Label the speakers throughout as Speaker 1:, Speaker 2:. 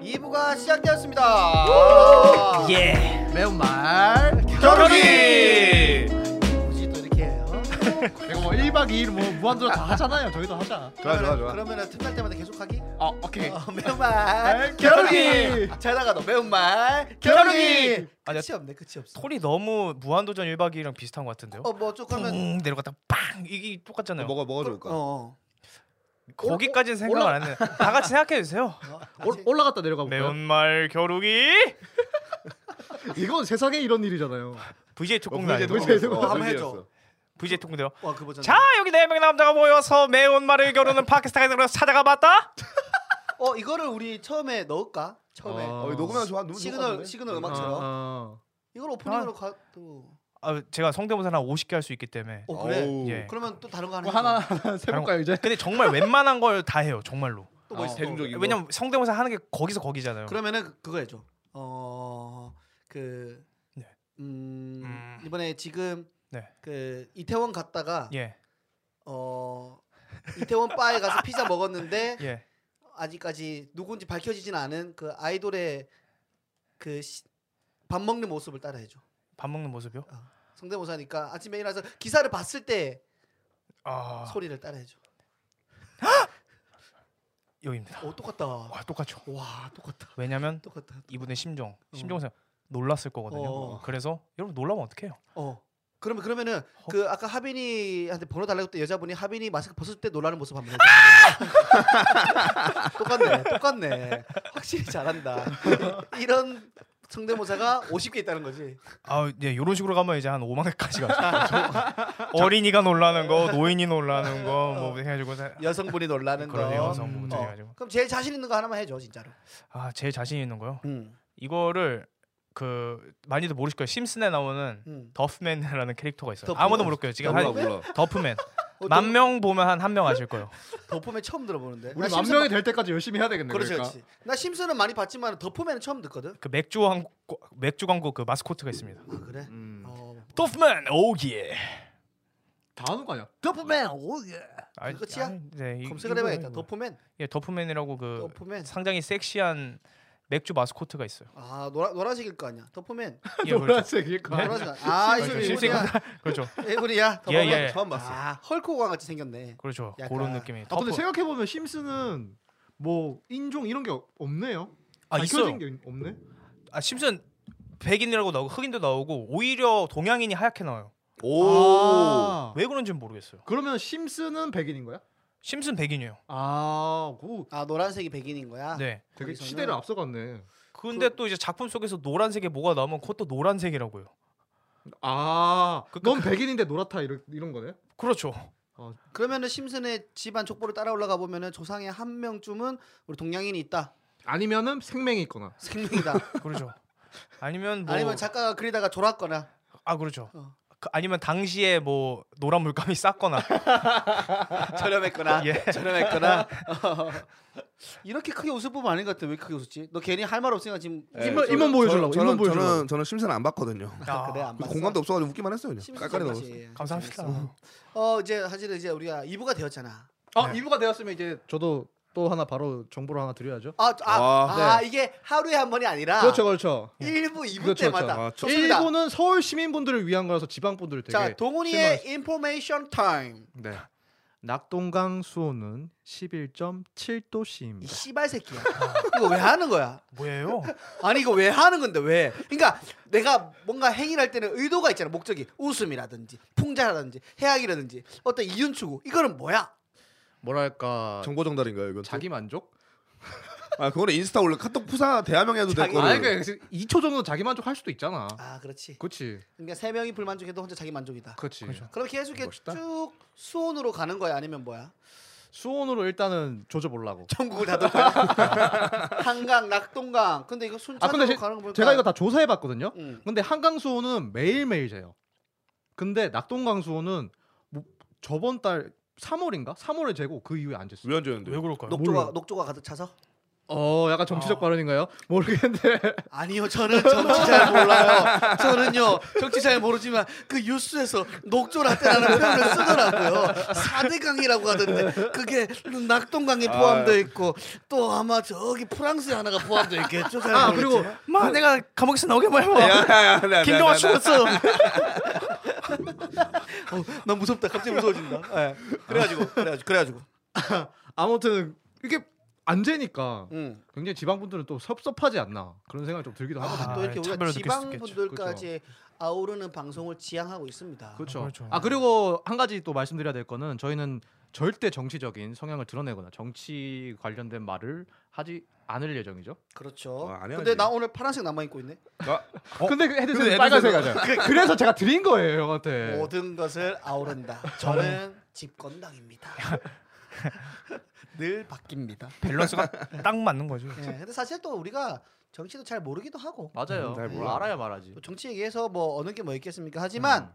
Speaker 1: 2부가 시작되었습니다.
Speaker 2: 예.
Speaker 3: 매운말
Speaker 1: 겨루기. 굳이 또 이렇게 해요.
Speaker 3: 이거 뭐 1박 2일 뭐 무한도전 다 하잖아요 저희도 하자
Speaker 4: 좋아 좋아 좋아.
Speaker 1: 그러면은 틈날 때마다 계속하기?
Speaker 3: 어 오케이 네,
Speaker 1: 어, 매운말
Speaker 3: 겨루기!
Speaker 1: 잘나가도 매운말 겨루기.
Speaker 3: 겨루기!
Speaker 1: 끝이 없네. 끝이 없어.
Speaker 2: 톤이 너무 무한도전 1박 2일이랑 비슷한 것 같은데요?
Speaker 1: 어뭐
Speaker 3: 음.
Speaker 1: 조금은
Speaker 2: 뿡 내려갔다 빵 이게 똑같잖아요.
Speaker 4: 먹어 먹어
Speaker 1: 어,
Speaker 4: 좋을까?
Speaker 1: 어.
Speaker 2: 거기까지는 생각 안 했는데 다 같이 생각해 주세요.
Speaker 1: 어, 다시.
Speaker 3: 올, 올라갔다 내려가 볼까요?
Speaker 2: 매운말 겨루기
Speaker 3: 이건 세상에 이런 일이잖아요
Speaker 2: VJ 특공대 아니에요?
Speaker 3: VJ 특공대.
Speaker 1: 어, 한번 해줘.
Speaker 2: VJ 특공대요.
Speaker 1: 와 어, 그거 잖아.
Speaker 2: 자 여기 네 명의 남자가 모여서 매운말을 겨루는 팟캐스트가 찾아가 봤다.
Speaker 1: 어 이거를 우리 처음에 넣을까? 처음에
Speaker 3: 어.
Speaker 4: 어, 이거 녹음하면 좋아. 녹음
Speaker 1: 시그널 시그널 음악처럼
Speaker 3: 아,
Speaker 1: 이걸 오프닝으로 가도
Speaker 2: 아, 제가 성대모사는 한 50개 할 수 있기 때문에.
Speaker 1: 어 그래.
Speaker 2: 예.
Speaker 1: 그러면 또 다른 거 하나
Speaker 3: 뭐
Speaker 1: 해줘.
Speaker 3: 하나 하나 세볼까요 이제?
Speaker 2: 근데 정말 웬만한 걸 다 해요. 정말로.
Speaker 4: 아,
Speaker 1: 또뭐 있어?
Speaker 4: 대중적인 거.
Speaker 2: 왜냐면 성대모사 하는 게 거기서 거기잖아요.
Speaker 1: 그러면은 그- 그거 해줘. 어, 어그
Speaker 2: 네.
Speaker 1: 음,
Speaker 2: 음.
Speaker 1: 이번에 지금
Speaker 2: 네.
Speaker 1: 그 이태원 갔다가
Speaker 2: 예.
Speaker 1: 어 이태원 바에 가서 피자 먹었는데
Speaker 2: 예.
Speaker 1: 아직까지 누군지 밝혀지진 않은 그 아이돌의 그 밥 먹는 모습을 따라 해줘.
Speaker 2: 밥 먹는 모습이요?
Speaker 1: 성대모사니까 아침에 일어나서 기사를 봤을 때
Speaker 2: 아,
Speaker 1: 소리를 따라 해줘.
Speaker 2: 여기입니다.
Speaker 1: 오 똑같다.
Speaker 2: 와, 똑같죠.
Speaker 1: 와 똑같다.
Speaker 2: 왜냐면
Speaker 1: 똑같다.
Speaker 2: 이분의 심정, 심정상 놀랐을 거거든요.
Speaker 1: 어.
Speaker 2: 그래서 여러분 놀라면 어떡해요?
Speaker 1: 어. 그러면 그러면은 그 아까 하빈이한테 번호 달라고 했던 여자분이 하빈이 마스크 벗었을 때 놀라는 모습 한번 해줘. 똑같네, 똑같네. 확실히 잘한다. 이런 성대모사가 50개 있다는 거지.
Speaker 2: 아, 예, 이런 식으로 가면 이제 한 5만 개까지 가죠. 그렇죠? 어린이가 놀라는
Speaker 1: 네.
Speaker 2: 거, 노인이 놀라는 거, 뭐 해가지고 다-
Speaker 1: 여성분이 놀라는 거.
Speaker 2: 그런 여성분들
Speaker 1: 어.
Speaker 2: 해가지고
Speaker 1: 그럼 제일 자신 있는 거 하나만 해줘 진짜로.
Speaker 2: 아, 제일 자신 있는 거요.
Speaker 1: 음.
Speaker 2: 이거를 그 많이들 모르실 거예요. 심슨에 나오는
Speaker 1: 음.
Speaker 2: 더프맨이라는 캐릭터가 있어요.
Speaker 1: 더프맨?
Speaker 2: 아무도 모를 거예요. 지금
Speaker 4: 몰라
Speaker 2: 한
Speaker 4: 몰라.
Speaker 2: 더프맨
Speaker 1: 어,
Speaker 2: 만 명 보면 한 한 명 아실 거예요.
Speaker 1: 더폼에 처음 들어보는데. 나
Speaker 3: 우리 만
Speaker 1: 심슨-
Speaker 3: 명이 될 때까지 열심히 해야 되겠네
Speaker 1: 그렇지,
Speaker 3: 그러니까.
Speaker 1: 그렇지. 나 심슨은 많이 봤지만 더폼에는 처음 듣거든.
Speaker 2: 그 맥주 광고 맥주 광고 그 마스코트가 있습니다.
Speaker 1: 아 그래.
Speaker 4: 음.
Speaker 1: 어.
Speaker 2: 더프맨 오기에.
Speaker 3: 다 하는 거 아니야?
Speaker 1: 더폼맨 오예.
Speaker 2: 아니,
Speaker 1: 끝이야?
Speaker 2: 아니, 네, 이-
Speaker 1: 검색을
Speaker 2: 이거-
Speaker 1: 해봐야겠다.
Speaker 2: 이거.
Speaker 1: 더폼맨.
Speaker 2: 예, 더프맨이라고 그
Speaker 1: 더프맨.
Speaker 2: 상당히 섹시한 맥주 마스코트가 있어요.
Speaker 1: 아 노라 노란색일 거 아니야. 더폼맨.
Speaker 2: 예, 그렇죠.
Speaker 3: 노란색일 거 네. 아니야?
Speaker 1: 노란색. 아
Speaker 2: 그렇죠.
Speaker 1: 이거
Speaker 2: 실생각-
Speaker 1: 이분이야.
Speaker 2: 그렇죠.
Speaker 1: 이분이야.
Speaker 2: 예, 예.
Speaker 4: 처음 봤어.
Speaker 1: 아 헐크호가 같이 생겼네.
Speaker 2: 그렇죠.
Speaker 1: 약간-
Speaker 2: 그런 느낌이.
Speaker 3: 아 근데
Speaker 2: 더프-
Speaker 3: 생각해보면 심슨은 뭐 인종 이런 게 없네요
Speaker 2: 아 있어요.
Speaker 3: 밝혀진 게 없네
Speaker 2: 아 심슨 백인이라고 나오고 흑인도 나오고 오히려 동양인이 하얗게 나와요.
Speaker 4: 오.
Speaker 3: 아,
Speaker 2: 왜 그런지는 모르겠어요.
Speaker 3: 그러면 심슨은 백인인 거야?
Speaker 2: 심슨 백인이에요.
Speaker 3: 아, 그
Speaker 1: 아 노란색이 백인인 거야.
Speaker 2: 네.
Speaker 3: 되게
Speaker 1: 거기서는-
Speaker 3: 시대를 앞서갔네.
Speaker 1: 그
Speaker 2: 근데 또 이제 작품 속에서 노란색에 뭐가 나오면 그것도 노란색이라고요.
Speaker 3: 아,
Speaker 2: 그-
Speaker 3: 넌 백인인데 노랗다 이런 이런 거네.
Speaker 2: 그렇죠.
Speaker 1: 그러면은 심슨의 집안 족보를 따라 올라가 보면은 조상의 한 명쯤은 우리 동양인이 있다.
Speaker 3: 아니면은 생명이 있거나.
Speaker 1: 생명이다.
Speaker 2: 그렇죠. 아니면 뭐
Speaker 1: 아니면 작가가 그리다가 졸았거나.
Speaker 2: 아 그렇죠.
Speaker 1: 어.
Speaker 2: 그- 아니면 당시에 뭐 노란 물감이 쌌거나
Speaker 1: 저렴했거나
Speaker 2: 예.
Speaker 1: 저렴했거나 어. 이렇게 크게 웃을 부분 아닌 것 같아 왜 크게 웃었지? 너 괜히 할 말 없으니까 지금
Speaker 4: 예,
Speaker 3: 이만-
Speaker 4: 저는-
Speaker 3: 이만 보여주려고,
Speaker 4: 저는
Speaker 3: 이만 보여주려고.
Speaker 4: 저는 저는 심사는 안 봤거든요.
Speaker 1: 아, 그래 안 봤어
Speaker 4: 공감도 없어가지고 웃기만 했어요 그냥.
Speaker 1: 심슨
Speaker 4: 깔깔이
Speaker 1: 맛이.
Speaker 4: 넘었어.
Speaker 2: 감사합니다.
Speaker 1: 어 이제 사실은 이제 우리가 2부가 되었잖아
Speaker 3: 아,
Speaker 4: 네.
Speaker 3: 이부가 되었으면 이제 저도 또 하나 바로 정보를 하나 드려야죠.
Speaker 1: 아, 아,
Speaker 4: 아,
Speaker 1: 아, 이게 하루에 한 번이 아니라
Speaker 3: 그렇죠, 그렇죠.
Speaker 1: 1부 2부
Speaker 3: 그렇죠,
Speaker 1: 때마다
Speaker 4: 그렇죠. 아,
Speaker 1: 좋습니다.
Speaker 3: 일부는 서울 시민분들을 위한 거라서 지방분들 되게.
Speaker 1: 자 동훈이의 인포메이션 타임
Speaker 3: 네. 낙동강 수온은 11.7도씨입니다.
Speaker 1: 이 씨발 새끼야
Speaker 3: 아.
Speaker 1: 이거 왜 하는 거야
Speaker 2: 뭐예요?
Speaker 1: 아니 이거 왜 하는 건데 왜? 그러니까 내가 뭔가 행위를 할 때는 의도가 있잖아 목적이 웃음이라든지 풍자라든지 해악이라든지 어떤 이윤 추구 이거는 뭐야?
Speaker 3: 뭐랄까
Speaker 4: 정보 정달인가요 이건?
Speaker 3: 아, 자기 만족?
Speaker 4: 아 그거는 인스타 올려 카톡 푸사 대화명해도 될
Speaker 1: 자기-
Speaker 4: 거를.
Speaker 3: 아니 그 2초 정도 자기 만족할 수도 있잖아.
Speaker 1: 아 그렇지
Speaker 3: 그렇지,
Speaker 1: 그러니까 세 명이 불만족해도 혼자 자기 만족이다
Speaker 3: 그렇지.
Speaker 1: 그럼 계속 이렇게
Speaker 4: 멋있다.
Speaker 1: 쭉 수온으로 가는 거야 아니면 뭐야?
Speaker 3: 수온으로 일단은 조져보려고.
Speaker 1: 전국을 다 돌아 한강 낙동강 근데 이거
Speaker 3: 아
Speaker 1: 순차적으로
Speaker 3: 근데 제,
Speaker 1: 가는 거 보니까
Speaker 3: 제가 이거 다 조사해봤거든요.
Speaker 1: 음.
Speaker 3: 근데 한강수호는 매일매일 재요. 근데 낙동강수호는 뭐 저번 달 3월인가? 3월에 재고 그 이후에 안 쟀어요.
Speaker 4: 왜안 되는데?
Speaker 3: 아,
Speaker 2: 왜 그럴까요?
Speaker 1: 녹조가 녹조가 가득 차서
Speaker 3: 어, 약간
Speaker 1: 아.
Speaker 3: 정치적 발언인가요? 모르겠는데.
Speaker 1: 아니요, 저는 정치 잘 몰라요. 저는요, 정치 잘 모르지만 그 뉴스에서 녹조라떼라는 표현을 쓰더라고요. 4대강이라고 하던데 그게 낙동강이 포함되어 있고 또 아마 저기 프랑스에 하나가 포함되어 있겠죠. 잘
Speaker 3: 아,
Speaker 1: 모르겠지만.
Speaker 3: 그리고
Speaker 2: 마 내가 감옥에서 나오게 말해봐.
Speaker 4: 야야야.
Speaker 2: 김동아 죽었어.
Speaker 1: 어, 나 무섭다. 갑자기 무서워진다. 예. 그래가지고, 그래가지고, 그래가지고.
Speaker 3: 아무튼 이게 안 재니까
Speaker 1: 음.
Speaker 3: 굉장히 지방 분들은 또 섭섭하지 않나 그런 생각이 좀 들기도 하거든요.
Speaker 1: 아, 또 이렇게 우리가
Speaker 2: 차별을 느낄 수도
Speaker 1: 지방
Speaker 2: 있겠죠.
Speaker 1: 분들까지 아우르는 방송을 지향하고 있습니다.
Speaker 3: 그렇죠.
Speaker 2: 그렇죠.
Speaker 3: 아 그리고 한 가지 또 말씀드려야 될 거는 저희는 절대 정치적인 성향을 드러내거나 정치 관련된 말을 하지 않을 예정이죠.
Speaker 1: 그렇죠.
Speaker 4: 아, 안 해야지.
Speaker 1: 근데 나 오늘 파란색 남아 입고 있네.
Speaker 3: 근데 그 헤드셋은
Speaker 4: 헤드셋은-
Speaker 3: 빨간색 하죠. 그래서 제가 드린 거예요, 형한테.
Speaker 1: 모든 것을 아우른다. 저는 집권당입니다. 늘 바뀝니다.
Speaker 2: 밸런스가 딱 맞는 거죠.
Speaker 1: 예, 근데 사실 또 우리가 정치도 잘 모르기도 하고
Speaker 3: 맞아요.
Speaker 4: 음, 잘
Speaker 3: 뭘
Speaker 4: 몰라.
Speaker 3: 알아야 말하지.
Speaker 1: 또 정치 얘기해서 뭐 어느 게 뭐 있겠습니까? 하지만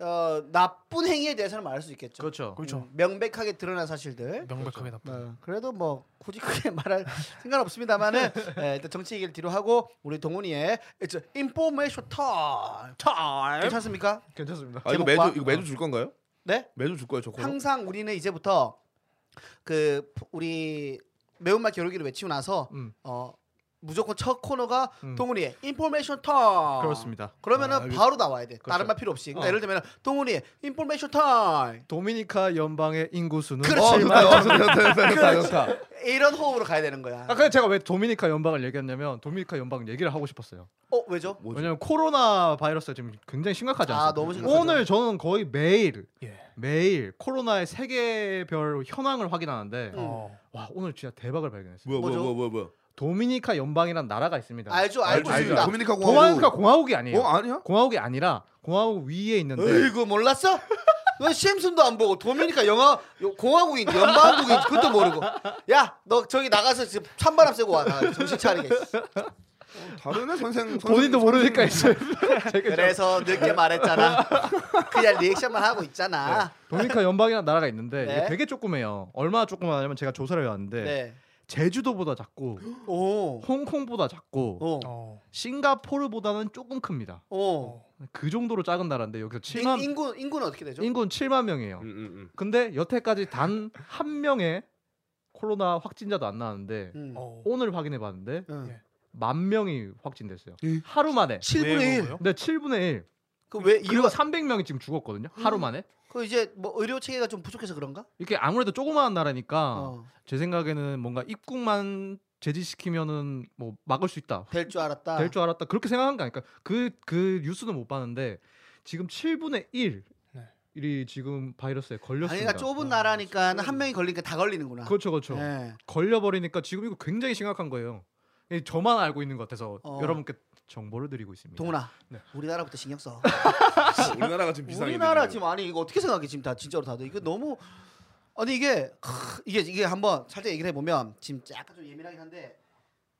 Speaker 1: 어, 나쁜 행위에 대해서는 말할 수 있겠죠.
Speaker 3: 그렇죠.
Speaker 2: 그렇죠.
Speaker 1: 음, 명백하게 드러난 사실들.
Speaker 2: 명백하게 나쁘.
Speaker 1: 어, 그래도 뭐 굳이 크게 말할 생각 은 없습니다만은 예, 일단 정치 얘기를 뒤로 하고 우리 동훈이의 It's information time. 괜찮습니까?
Speaker 3: 괜찮습니다.
Speaker 4: 아 이거
Speaker 1: 제목
Speaker 4: 매주
Speaker 1: 봐.
Speaker 4: 이거 매주 줄 건가요?
Speaker 1: 네?
Speaker 4: 매주 줄 거예요 저 코너.
Speaker 1: 항상 우리는 이제부터 그 푸- 우리 매운맛 겨루기를 외치고 나서
Speaker 3: 음.
Speaker 1: 어 무조건 첫 코너가
Speaker 3: 음.
Speaker 1: 동훈이의 인포메이션 타임.
Speaker 3: 그렇습니다.
Speaker 1: 그러면은
Speaker 4: 아, 알겠-
Speaker 1: 바로 나와야 돼. 다른
Speaker 3: 그렇죠.
Speaker 1: 말 필요 없이. 그러니까
Speaker 3: 어.
Speaker 1: 예를 들면 동훈이의 인포메이션 타임.
Speaker 3: 도미니카 연방의 인구 수는 어,
Speaker 1: 그렇지.
Speaker 3: 얼마-
Speaker 4: 어, 좋다, 좋다, 좋다, 좋다, 좋다, 좋다.
Speaker 1: 이런 호흡으로 가야 되는 거야.
Speaker 3: 아, 근데 제가 왜 도미니카 연방을 얘기했냐면 도미니카 연방 얘기를 하고 싶었어요.
Speaker 1: 어 왜죠?
Speaker 4: 뭐지?
Speaker 3: 왜냐면 코로나 바이러스가 지금 굉장히 심각하지
Speaker 1: 아,
Speaker 3: 않습니까?
Speaker 1: 너무 심각하죠.
Speaker 3: 오늘 저는 거의 매일
Speaker 2: 예.
Speaker 3: 매일 코로나의 세계별 현황을 확인하는데
Speaker 1: 음.
Speaker 2: 어.
Speaker 3: 와 오늘 진짜 대박을 발견했어요.
Speaker 4: 뭐야 뭐야
Speaker 1: 뭐죠?
Speaker 4: 뭐야 뭐야 뭐야.
Speaker 3: 도미니카 연방이란 나라가 있습니다.
Speaker 1: 알죠, 알고
Speaker 3: 알죠.
Speaker 1: 있습니다.
Speaker 4: 도미니카 공화국.
Speaker 3: 도미니카 공화국이 아니에요.
Speaker 4: 어 아니야?
Speaker 3: 공화국이 아니라 공화국 위에 있는데
Speaker 1: 에이구 몰랐어? 너 심슨도 안 보고 도미니카 영화 요- 공화국인지 연방국인지 그것도 모르고 야 너 저기 나가서 지금 찬바람 쐬고 와 나가. 정신 차리게
Speaker 4: 다르네 선생. 음, 선생-
Speaker 3: 본인도 모르니까 했어요.
Speaker 1: 그래서 늦게 말했잖아 그냥 리액션만 하고 있잖아
Speaker 3: 도미니카 연방이란 나라가 있는데
Speaker 1: 네.
Speaker 3: 이게 되게 조그매요. 얼마나 조그마냐면 제가 조사를 해왔는데 제주도보다 작고
Speaker 1: 어. 네오오오
Speaker 3: 홍콩보다 작고
Speaker 1: 음.
Speaker 2: 어.
Speaker 3: 싱가포르보다는 조금 큽니다. 그 정도로 작은 나라인데 여기서 7만
Speaker 1: 인, 구 인구는 어떻게 되죠?
Speaker 3: 인구는 7만 명이에요.
Speaker 4: 음, 음,
Speaker 3: 근데 여태까지 단 한 명의 코로나 확진자도 안 나왔는데
Speaker 1: 음.
Speaker 2: 어.
Speaker 3: 오늘 확인해 봤는데
Speaker 1: 응.
Speaker 3: 만 명이 확진됐어요.
Speaker 4: 예.
Speaker 3: 하루 만에.
Speaker 1: 7분의
Speaker 2: 왜
Speaker 1: 1.
Speaker 2: 먹어요?
Speaker 3: 근데 7분의 1.
Speaker 1: 그왜
Speaker 3: 그리고
Speaker 1: 이거
Speaker 3: 300명이 지금 죽었거든요. 하루 만에.
Speaker 1: 그 이제 뭐 의료 체계가 좀 부족해서 그런가?
Speaker 3: 이렇게 아무래도 조그마한 나라니까
Speaker 1: 어.
Speaker 3: 제 생각에는 뭔가 입국만 제지시키면은 뭐 막을 수 있다.
Speaker 1: 될 줄 알았다.
Speaker 3: 될 줄 알았다. 그렇게 생각한 거 아닐까? 그 그 뉴스는 못 봤는데 지금 7분의 1.
Speaker 2: 네.
Speaker 3: 이 지금 바이러스에
Speaker 1: 아니
Speaker 3: 걸렸습니다.
Speaker 1: 그러니까 좁은 나라니까 한 명이 걸리니까 다 걸리는구나.
Speaker 3: 그렇죠, 그렇죠.
Speaker 1: 예.
Speaker 3: 걸려버리니까 지금 이거 굉장히 심각한 거예요. 예, 저만 알고 있는 것 같아서
Speaker 1: 어.
Speaker 3: 여러분께 정보를 드리고 있습니다.
Speaker 1: 동훈아,
Speaker 3: 네.
Speaker 1: 우리나라부터 신경 써.
Speaker 4: 음. 우리나라가 지금 비상해.
Speaker 1: 우리나라 지금 아니 이거 어떻게 생각해 지금 다 진짜로 다들 이거 너무 아니 이게 크, 이게 이게 한번 살짝 얘기를 해보면 지금 약간 좀 예민하긴 한데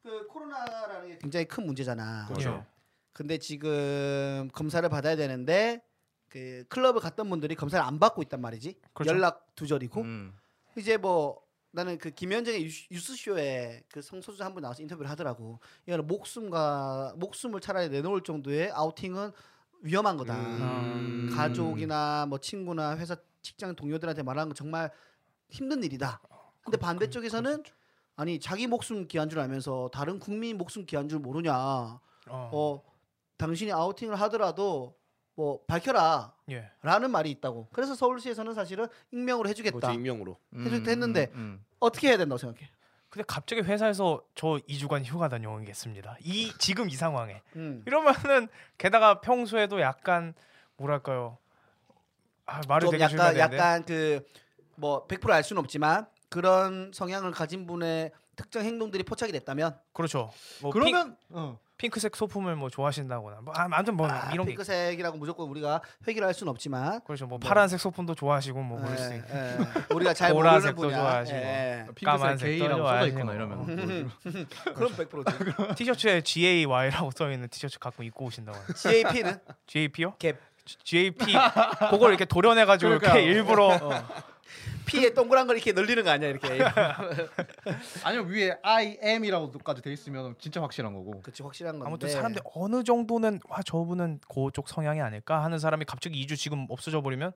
Speaker 1: 그 코로나라는 게 굉장히 큰 문제잖아.
Speaker 3: 그렇죠.
Speaker 2: 예.
Speaker 1: 근데 지금 검사를 받아야 되는데 그 클럽을 갔던 분들이 검사를 안 받고 있단 말이지.
Speaker 2: 그렇죠.
Speaker 1: 연락 두절이고
Speaker 3: 음.
Speaker 1: 이제 뭐 나는 그 김현정의 유스- 유스쇼에 그 성소수 한 분 나와서 인터뷰를 하더라고. 이거는 목숨과 목숨을 차라리 내놓을 정도의 아우팅은 위험한 거다.
Speaker 3: 아,
Speaker 4: 음.
Speaker 1: 가족이나 뭐 친구나 회사 직장 동료들한테 말하는 건 정말 힘든 일이다.
Speaker 2: 그렇죠.
Speaker 1: 근데 반대쪽에서는 아니 자기 목숨 귀한 줄 알면서 다른 국민 목숨 귀한 줄 모르냐.
Speaker 2: 어.
Speaker 1: 어 당신이 아우팅을 하더라도 뭐 밝혀라.
Speaker 2: 예.
Speaker 1: 라는 말이 있다고. 그래서 서울시에서는 사실은 익명으로 해주겠다.
Speaker 4: 그렇지, 익명으로.
Speaker 1: 해줬- 했는데.
Speaker 3: 음,
Speaker 1: 어떻게 해야 된다고 생각해?
Speaker 2: 근데 갑자기 회사에서 저 2주간 휴가 다녀오겠습니다. 이 지금 이 상황에
Speaker 1: 음.
Speaker 2: 이러면은 게다가 평소에도 약간 뭐랄까요? 아, 말을
Speaker 1: 좀
Speaker 2: 되게
Speaker 1: 약간
Speaker 2: 조심해야
Speaker 1: 약간 그 뭐 100%알 수는 없지만 그런 성향을 가진 분의 특정 행동들이 포착이 됐다면
Speaker 2: 그렇죠. 뭐
Speaker 3: 그러면 어.
Speaker 2: 핑, 크색 소품을 뭐 좋아하신다거나 뭐 아, 아무튼 뭐
Speaker 1: 아,
Speaker 2: 이런 게
Speaker 1: 핑크색이라고 무조건 우리가 회귀를 할 수는 없지만
Speaker 2: 그렇죠. 뭐
Speaker 1: 뭐.
Speaker 2: 파란색 소품도 좋아하시고 뭐 그럴 수
Speaker 1: 예,
Speaker 2: 있.
Speaker 1: 예. 우리가 잘 모르는
Speaker 2: 보라색도
Speaker 1: 분야
Speaker 2: 좋아하시고.
Speaker 1: 예.
Speaker 3: 핑크색
Speaker 2: 까만색
Speaker 3: 게이라고 써져
Speaker 2: 떠져야지
Speaker 3: 있거나
Speaker 2: 뭐.
Speaker 3: 이러면
Speaker 1: 그럼
Speaker 4: 그렇죠.
Speaker 1: 100%지
Speaker 2: 티셔츠에 GAY라고 써 있는 티셔츠 가끔 입고 오신다고. 하는데.
Speaker 1: GAP는
Speaker 2: GAP요?
Speaker 1: 갭.
Speaker 2: GAP 그걸 이렇게 도려내 가지고 이렇게
Speaker 3: 그러니까요.
Speaker 2: 일부러
Speaker 1: P에 동그란 걸 이렇게 늘리는 거 아니야 이렇게.
Speaker 3: 아니면 위에 I am이라고까지 돼 있으면 진짜 확실한 거고.
Speaker 1: 그치 확실한 건데.
Speaker 2: 아무튼 사람들 이 어느 정도는 와 저분은 그쪽 성향이 아닐까 하는 사람이 갑자기 2주 지금 없어져 버리면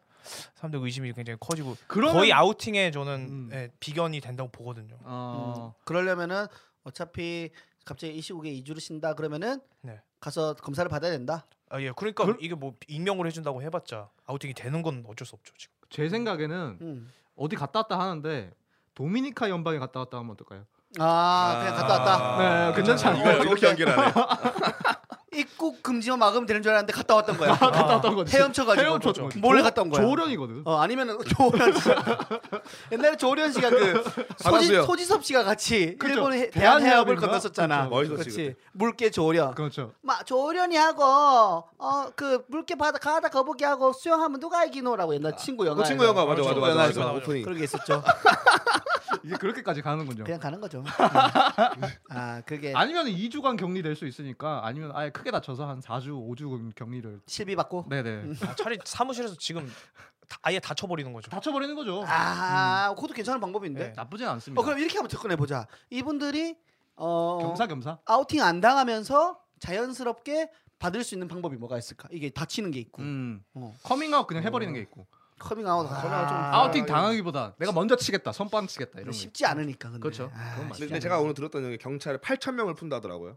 Speaker 2: 사람들 의심이 굉장히 커지고
Speaker 3: 그러면-
Speaker 2: 거의 아우팅에 저는
Speaker 3: 음.
Speaker 2: 예, 비견이 된다고 보거든요.
Speaker 3: 어.
Speaker 2: 음.
Speaker 1: 그러려면은 어차피 갑자기 이 시국에 이주를 신다 그러면은
Speaker 2: 네.
Speaker 1: 가서 검사를 받아야 된다.
Speaker 2: 아, 예, 그러니까
Speaker 3: 그-
Speaker 2: 이게 뭐 익명으로 해준다고 해봤자 아우팅이 되는 건 어쩔 수 없죠 지금.
Speaker 3: 제 생각에는
Speaker 1: 음.
Speaker 3: 어디 갔다 왔다 하는데 도미니카 연방에 갔다 왔다 하면 어떨까요?
Speaker 1: 아, 그냥 갔다 왔다.
Speaker 3: 네, 괜찮잖아요.
Speaker 4: 그렇죠. 이거 이렇게 연결하네.
Speaker 1: 입국 금지만 막으면 되는 줄 알았는데 갔다 왔던
Speaker 2: 아,
Speaker 1: 거야.
Speaker 3: 갔다 왔다 온 거지.
Speaker 1: 헤엄쳐가지고.
Speaker 3: 헤엄쳐서 온 거지.
Speaker 1: 아. 몰래
Speaker 3: 조-
Speaker 1: 갔다 온 거야.
Speaker 3: 조련이거든.
Speaker 1: 어 아니면은 조련 씨 옛날에 조련 씨가 그 소지,
Speaker 4: 받았어요.
Speaker 1: 소지섭 씨가 같이
Speaker 3: 그죠.
Speaker 1: 일본 해-
Speaker 3: 대한
Speaker 1: 대한 해협을
Speaker 3: 해협인가?
Speaker 1: 건넜었잖아.
Speaker 4: 그죠. 멋있었지,
Speaker 1: 그렇지. 물개 조련.
Speaker 3: 그렇죠.
Speaker 1: 막 조련이 하고 어 그 물개 바다 가다 거북이 하고 수영하면 누가 이기노라고 옛날 아, 친구 영화.
Speaker 4: 그 친구 영화 맞아 맞아 맞아
Speaker 1: 영화에서
Speaker 4: 맞아
Speaker 2: 맞아.
Speaker 4: 오프닝.
Speaker 1: 그런 게 있었죠.
Speaker 3: 이게 그렇게까지 가는군요.
Speaker 1: 그냥 가는 거죠. 아 그게
Speaker 3: 아니면 2주간 격리될 수 있으니까 아니면 아예 크게 다쳐서 한 4주, 5주 격리를
Speaker 1: 실비 받고.
Speaker 3: 네네
Speaker 2: 아, 차라리 사무실에서 지금 다- 아예 다쳐버리는 거죠.
Speaker 3: 다쳐버리는 거죠.
Speaker 1: 아 그것도 괜찮은 방법인데.
Speaker 2: 네.
Speaker 3: 나쁘진 않습니다.
Speaker 1: 어 그럼 이렇게 한번 접근해 보자. 이분들이 어
Speaker 3: 겸사겸사.
Speaker 1: 아우팅 안 당하면서 자연스럽게 받을 수 있는 방법이 뭐가 있을까? 이게 다치는 게 있고
Speaker 3: 음.
Speaker 1: 어.
Speaker 3: 커밍아웃 그냥 해버리는 게 있고
Speaker 1: 커밍아웃 아, 커밍아웃 좀 아,
Speaker 2: 아,
Speaker 3: 아웃팅 당하기보다 내가 먼저 치겠다 선빵 치겠다 이런 거
Speaker 1: 쉽지 않으니까 근데
Speaker 3: 그렇죠.
Speaker 1: 아,
Speaker 3: 그건 맞아요.
Speaker 1: 쉽지
Speaker 4: 근데 제가 오늘 들었던 얘기 경찰에 8천 명을 푼다더라고요.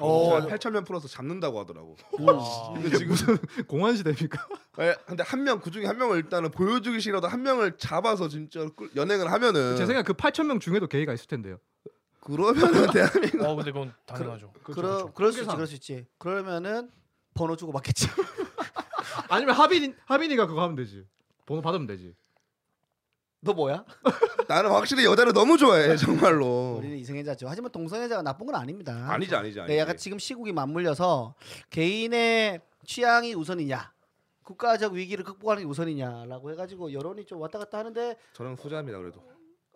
Speaker 1: 오.
Speaker 4: 8천 명 풀어서 잡는다고 하더라고.
Speaker 2: 아,
Speaker 3: 근데 지금 무슨 공안 시대입니까?
Speaker 4: 예, 근데 한 명 그 중에 한 명을 일단은 보여주기 싫어도 한 명을 잡아서 진짜 끌- 연행을
Speaker 1: 네.
Speaker 4: 하면은
Speaker 3: 제 생각 그 8천 명 중에도 게이가 있을 텐데요.
Speaker 4: 그러면은 대한
Speaker 2: 어, 근데 그건 당연하죠. 그렇죠.
Speaker 1: 그러 그럴 수 있지
Speaker 3: 통계상.
Speaker 1: 그럴 수 있지 그러면은 번호 주고 받겠지
Speaker 3: 아니면 하빈 하빈이가 그거 하면 되지. 번호 받으면 되지.
Speaker 1: 너 뭐야
Speaker 4: 나는 확실히 여자를 너무 좋아해 정말로.
Speaker 1: 우리는 이성애자죠 하지만 동성애자가 나쁜 건 아닙니다
Speaker 4: 어. 아니지 아니지 아니지.
Speaker 1: 네, 약간 지금 시국이 맞물려서 개인의 취향이 우선이냐 국가적 위기를 극복하는 게 우선이냐라고 해가지고 여론이 좀 왔다 갔다 하는데
Speaker 4: 저는 후자입니다 그래도.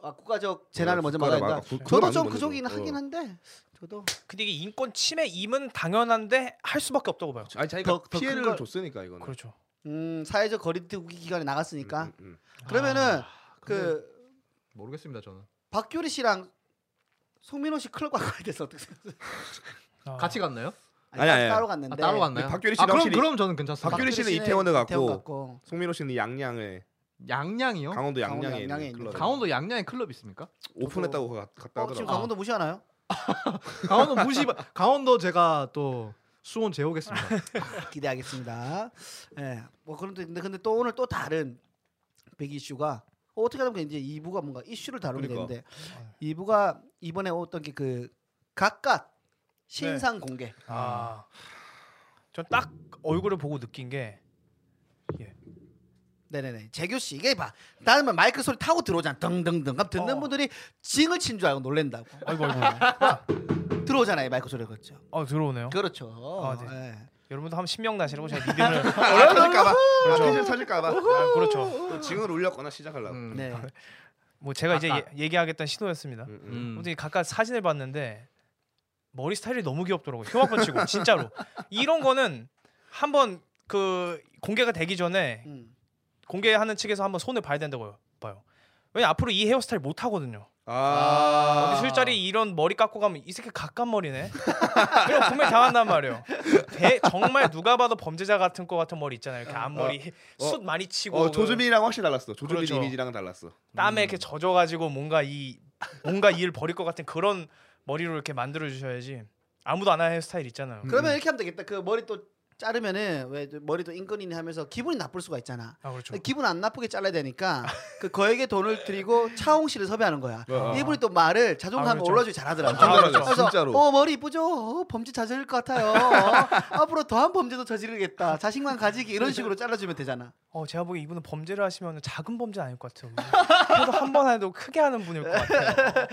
Speaker 1: 아, 국가적 재난을 먼저
Speaker 4: 어, 네, 국가를
Speaker 1: 막아야
Speaker 4: 막-
Speaker 1: 된다
Speaker 4: 국-
Speaker 1: 저도
Speaker 4: 국가를
Speaker 1: 좀
Speaker 4: 먼저
Speaker 1: 그쪽이긴
Speaker 4: 먼저.
Speaker 1: 하긴
Speaker 4: 어.
Speaker 1: 한데 저도
Speaker 2: 근데 이게 인권 침해임은 당연한데 할 수밖에 없다고 봐요.
Speaker 4: 아니 자기가
Speaker 1: 더- 더큰
Speaker 4: 피해를
Speaker 1: 걸-
Speaker 4: 줬으니까 이거는.
Speaker 2: 그렇죠.
Speaker 1: 음 사회적 거리두기 기간에 나갔으니까
Speaker 4: 음, 음,
Speaker 1: 그러면은
Speaker 3: 근데
Speaker 1: 그
Speaker 3: 모르겠습니다 저는.
Speaker 1: 박규리 씨랑 송민호 씨 클럽 가야 돼서 어떻게 생각하세요?
Speaker 2: 아.
Speaker 3: 같이 갔나요?
Speaker 4: 아니,
Speaker 1: 따-
Speaker 4: 아니,
Speaker 1: 따로
Speaker 3: 아,
Speaker 1: 갔는데
Speaker 3: 따로 갔나요?
Speaker 4: 박규리
Speaker 3: 아,
Speaker 4: 씨는
Speaker 3: 그럼
Speaker 4: 확실히-
Speaker 3: 그럼 저는 괜찮습니다.
Speaker 4: 박규리 씨는 이태원을 갔고.
Speaker 1: 어,
Speaker 4: 음. 송민호 씨는 양양에
Speaker 3: 양양이요?
Speaker 4: 강원도
Speaker 1: 강원도
Speaker 4: 양양에
Speaker 1: 양양에
Speaker 4: 있는
Speaker 1: 있는
Speaker 4: 클럽
Speaker 1: 강원-
Speaker 3: 강원도 양양에 클럽 있습니까?
Speaker 4: 오픈했다고 가- 아. 갔다
Speaker 1: 어,
Speaker 4: 하더라고.
Speaker 1: 지금 강원도 무시하나요?
Speaker 3: 강원도 무시 강원도 제가 또 수원 재우겠습니다.
Speaker 1: 기대하겠습니다. 예. 뭐 그런데 근데, 근데 또 오늘 또 다른 빅 이슈가 어, 어떻게 하면 이제 2부가 뭔가 이슈를 다루게
Speaker 4: 그러니까.
Speaker 1: 되는데 2부가 이번에 어떤 게 그 각각
Speaker 4: 네.
Speaker 1: 신상 공개.
Speaker 2: 아, 전 딱 얼굴을 보고 느낀 게
Speaker 1: 네네네. 재규 씨 이게 봐. 다른 말 마이크 소리 타고 들어오잖아. 등등등. 그럼 듣는
Speaker 2: 어.
Speaker 1: 분들이 징을 친 줄 알고 놀랜다고. 어.
Speaker 2: 아이고 아이고.
Speaker 1: 들어오잖아요. 마이크 소리가 그렇죠.
Speaker 2: 아 들어오네요.
Speaker 1: 그렇죠.
Speaker 2: 아, 네.
Speaker 1: 예.
Speaker 2: 여러분도 한번 신명 나시라고 제가 리듬을
Speaker 4: 아, 터질까봐. 아, 퀴즈 터질까봐.
Speaker 2: 아, 그렇죠.
Speaker 4: 또 징을 울렸거나 시작하려고.
Speaker 3: 음.
Speaker 1: 네.
Speaker 2: 뭐 제가 이제
Speaker 3: 아까.
Speaker 2: 예, 얘기하겠다는 신호였습니다.
Speaker 4: 음, 음.
Speaker 3: 음.
Speaker 2: 아무튼 각각 사진을 봤는데 머리 스타일이 너무 귀엽더라고요. 흉악번 치고 진짜로 이런 거는 한번 그 공개가 되기 전에
Speaker 1: 음.
Speaker 2: 공개하는 측에서 한번 손을 봐야 된다고 봐요. 왜냐 앞으로 이 헤어스타일 못 하거든요.
Speaker 4: 아.
Speaker 2: 어디 술자리 이런 머리 깎고 가면 이 새끼 갓간 머리네. 그럼 분명히 당한단 말이에요. 대, 정말 누가 봐도 범죄자 같은 거 같은 머리 있잖아요. 이렇게 앞머리
Speaker 4: 어.
Speaker 2: 숱 많이 치고
Speaker 4: 어
Speaker 2: 그
Speaker 4: 조주빈이랑 확실히 달랐어. 조주빈
Speaker 2: 그렇죠.
Speaker 4: 이미지랑 달랐어.
Speaker 2: 땀에 이렇게 젖어가지고 뭔가 이 뭔가 이 일 버릴 것 같은 그런 머리로 이렇게 만들어 주셔야지. 아무도 안 하는 헤어스타일 있잖아요.
Speaker 1: 그러면 이렇게 하면 되겠다. 그 머리 또 자르면은 왜또 머리 또 인근이니 하면서 기분이 나쁠 수가 있잖아.
Speaker 2: 아 그렇죠.
Speaker 1: 근데 기분 안 나쁘게 잘라야 되니까 그 거액의 돈을 드리고 차홍 씨를 섭외하는 거야.
Speaker 4: 어.
Speaker 1: 이분이 또 말을 자존감
Speaker 2: 아, 그렇죠.
Speaker 1: 올려주기 잘하더라고.
Speaker 2: 아, 그렇죠.
Speaker 1: 그래서
Speaker 4: 진짜로.
Speaker 1: 어 머리 이쁘죠? 어, 범죄 저지를 것 같아요. 어, 앞으로 더한 범죄도 저지르겠다. 자신감 가지기 이런 식으로 잘라주면 되잖아.
Speaker 2: 어 제가 보기에 이분은 범죄를 하시면 작은 범죄 아닐 것 같아요. 그래도 한 번 해도 크게 하는 분일 것 같아요.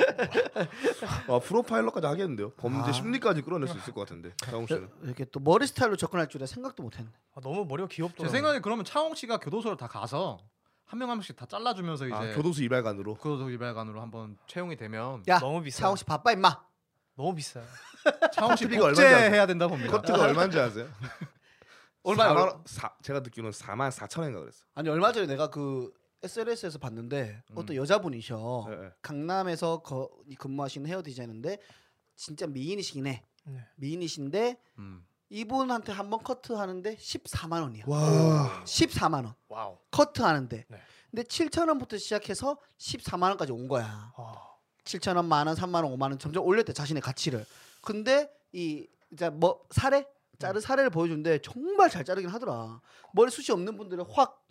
Speaker 4: 아 프로파일러까지 하겠는데요. 범죄
Speaker 1: 아.
Speaker 4: 심리까지 끌어낼 수 있을 것 같은데. 장홍
Speaker 2: 그렇죠.
Speaker 4: 씨는.
Speaker 1: 이렇게 또 머리 스타일로 접근할 줄이야 생각도 못했네.
Speaker 2: 아, 너무 머리가
Speaker 3: 제
Speaker 2: 귀엽더라고요.
Speaker 3: 생각에 그러면 차홍 씨가 교도소를 다 가서 한 명 한 명씩 다 잘라주면서 그 이제
Speaker 4: 아, 교도소 이발관으로.
Speaker 3: 교도소 이발관으로 한번 채용이 되면
Speaker 1: 야
Speaker 2: 너무 비싸요.
Speaker 1: 차홍 씨 바빠 임마.
Speaker 2: 너무 비싸요.
Speaker 3: 차홍 씨
Speaker 4: 커트비가
Speaker 3: 복제
Speaker 4: 얼마인지 아세요?
Speaker 3: 해야 된다 봅니다.
Speaker 4: 커트가 얼마인지 아세요?
Speaker 1: 얼마야?
Speaker 4: 사만- 사, 제가 듣기로는 4만 4천 원인가 그랬어.
Speaker 1: 아니 얼마 전에 내가 그 SNS에서 봤는데
Speaker 3: 음.
Speaker 1: 어떤 여자분이셔.
Speaker 2: 네.
Speaker 4: 예, 예.
Speaker 1: 강남에서 거, 근무하시는 헤어 디자이너인데 진짜 미인이시긴 해.
Speaker 2: 네.
Speaker 1: 미인이신데
Speaker 3: 음.
Speaker 1: 이분한테 한번 커트하는데 14만 원이야.
Speaker 4: 와.
Speaker 1: 14만 원.
Speaker 2: 와우.
Speaker 4: 아,
Speaker 1: 커트하는데.
Speaker 2: 네.
Speaker 1: 근데 7천 원부터 시작해서 14만 원까지 온 거야.
Speaker 2: 아,
Speaker 1: 7천 원, 만 원, 3만 원, 5만 원 점점 올렸대 자신의 가치를. 근데 이 이제 뭐 사례 자르 사례를 보여준데 정말 잘 자르긴 하더라. 머리숱이 없는 분들은 확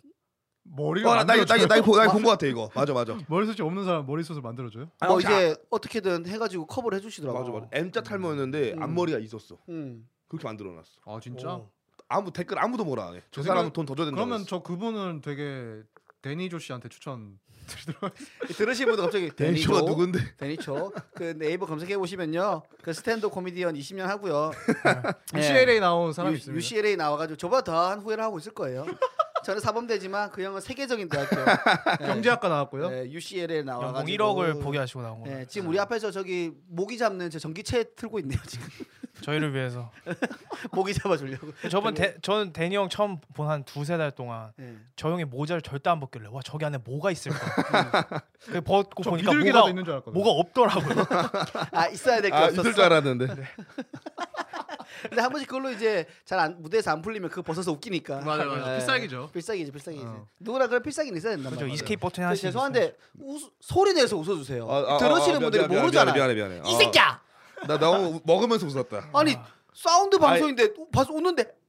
Speaker 3: 머리가
Speaker 4: 와, 어, 나 이거 나 이거 나 이거
Speaker 1: 와.
Speaker 4: 나본거 같아 이거. 맞아 맞아.
Speaker 3: 머리숱이 없는 사람 머리숱을 만들어줘요?
Speaker 4: 아니,
Speaker 1: 뭐
Speaker 4: 혹시
Speaker 1: 이제 어떻게든 해가지고 커버를 해주시더라고.
Speaker 4: 맞아 맞아. M자 탈모였는데
Speaker 1: 음.
Speaker 4: 앞머리가 있었어.
Speaker 1: 음.
Speaker 4: 그렇게 만들어놨어.
Speaker 3: 아 진짜?
Speaker 2: 오.
Speaker 4: 아무 댓글 아무도 뭐라 안 해. 저
Speaker 3: 그
Speaker 4: 사람은
Speaker 3: 생각-
Speaker 4: 돈 더 줘야 된다.
Speaker 3: 그러면 저 그분은 되게 데니조 씨한테 추천 드리도록
Speaker 1: 들으신 분들 갑자기
Speaker 4: 대니쇼가
Speaker 1: 데니조,
Speaker 4: 누군데?
Speaker 1: 데니초 그 네이버 검색해 보시면요 그 스탠드 코미디언 20년 하고요 예.
Speaker 3: UCLA 나온 사람이
Speaker 1: 유,
Speaker 3: 있습니다.
Speaker 1: UCLA 나와가지고 저보다 더한 후회를 하고 있을 거예요 저는 사범대지만 그 형은 세계적인 대학교 예,
Speaker 3: 경제학과 나왔고요.
Speaker 4: 네.
Speaker 1: 예, UCLA에
Speaker 2: 연봉
Speaker 1: 나와가지고
Speaker 2: 1억을 포기하시고 나온 거예요.
Speaker 1: 예, 지금 우리 앞에서 저기 모기 잡는 저 전기체 틀고 있네요 지금
Speaker 2: 저희를 위해서.
Speaker 1: 모기 잡아주려고
Speaker 2: 저번 대, 저는 데니 형 처음 본 한 두세 달 동안
Speaker 1: 예.
Speaker 2: 저 형의 모자를 절대 안 벗길래 와 저기 안에 뭐가 있을까. 그 벗고
Speaker 3: 음. 저
Speaker 2: 보니까
Speaker 3: 비둘기라도
Speaker 2: 뭐가
Speaker 3: 있는 줄 알았거든요.
Speaker 2: 뭐가 없더라고요.
Speaker 1: 아 있어야 될 게
Speaker 4: 아 있을 줄
Speaker 1: 없었어
Speaker 4: 알았는데.
Speaker 1: 근데 한 번씩 그걸로 이제 잘 안, 무대에서 안 풀리면 그거 벗어서 웃기니까
Speaker 3: 맞아요, 맞아요.
Speaker 1: 예.
Speaker 3: 필살기죠.
Speaker 1: 필살기지 필살기지
Speaker 3: 어.
Speaker 1: 누구나 그런 필살기는 있어야 된다
Speaker 2: 그죠 그렇죠. 이스케이프 버튼 하시.
Speaker 1: 죄송한데 웃- 소리 내서 웃어주세요.
Speaker 4: 아, 아, 아,
Speaker 1: 들으시는
Speaker 4: 아, 미안,
Speaker 1: 분들이
Speaker 4: 미안,
Speaker 1: 모르잖아.
Speaker 4: 미안해 미안해. 미안해.
Speaker 1: 이
Speaker 4: 아,
Speaker 1: 새끼야.
Speaker 4: 나 너무 먹으면서 웃었다.
Speaker 1: 아. 니 사운드 방송인데 봐서 웃는데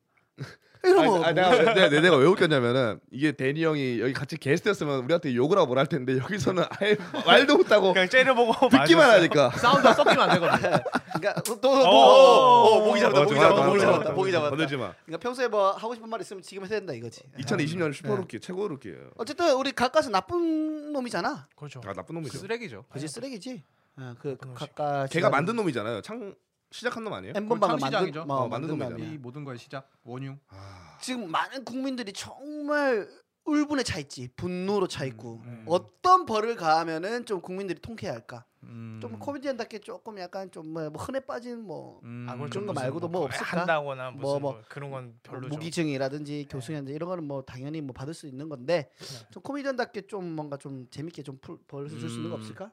Speaker 1: 이러면
Speaker 4: 아, 내가, 왜- 내가, 내가 왜 웃겼냐면은 이게 데니 형이 여기 같이 게스트였으면 우리한테 욕을 하고 뭘할 텐데 여기서는 아예 말도 못하고
Speaker 2: 그냥 그러니까 째려보고
Speaker 4: 듣기만
Speaker 2: 말았어요.
Speaker 4: 하니까
Speaker 3: 사운드 섞이면 안 되거든요.
Speaker 1: 그러니까 또뭐
Speaker 2: 어,
Speaker 1: 어, 어, 모기 잡았다 모기
Speaker 4: 맞아, 맞아,
Speaker 1: 잡았다 모기
Speaker 4: 맞아,
Speaker 1: 잡았다 모기
Speaker 4: 맞아.
Speaker 1: 잡았다.
Speaker 4: 건들지 마.
Speaker 1: 그러니까 평소에 뭐 하고 싶은 말 있으면 지금 해야 된다 이거지.
Speaker 4: 2020년 슈퍼루키 최고 루키예요.
Speaker 1: 어쨌든 우리 가까스 나쁜 놈이잖아.
Speaker 2: 그렇죠.
Speaker 4: 아 나쁜
Speaker 3: 그
Speaker 4: 놈이죠.
Speaker 3: 쓰레기죠.
Speaker 1: 그지 쓰레기지. 어, 그
Speaker 2: 나쁜 놈이지.
Speaker 1: 가까
Speaker 4: 걔가 만든 놈이잖아요. 창 시작한 놈 아니에요?
Speaker 1: 엠번방을
Speaker 3: 창시장이죠.
Speaker 1: 만든 뭐,
Speaker 4: 어, 만든
Speaker 1: 거
Speaker 4: 놈이잖아.
Speaker 1: 아니야.
Speaker 3: 이 모든 거의 시작 원흉.
Speaker 4: 아,
Speaker 1: 지금 많은 국민들이 정말 울분에 차 있지 분노로 차 있고
Speaker 3: 음, 음.
Speaker 1: 어떤 벌을 가하면은 좀 국민들이 통쾌할까
Speaker 3: 음.
Speaker 1: 좀 코미디언답게 조금 약간 좀뭐 뭐 흔해 빠진 뭐
Speaker 3: 음.
Speaker 2: 아, 그렇죠.
Speaker 1: 그런 거
Speaker 2: 무슨
Speaker 1: 말고도 뭐
Speaker 2: 거래
Speaker 1: 없을까?
Speaker 2: 한다거나 무슨
Speaker 1: 뭐,
Speaker 2: 뭐,
Speaker 1: 뭐.
Speaker 2: 그런 건 별로죠.
Speaker 3: 네.
Speaker 1: 무기증이라든지 교수년제 이런 거는 뭐 당연히 뭐 받을 수 있는 건데
Speaker 2: 네.
Speaker 1: 좀 코미디언답게 좀 뭔가 좀 재밌게 좀 풀, 벌을 줄 수 있는 거
Speaker 3: 음.
Speaker 1: 없을까?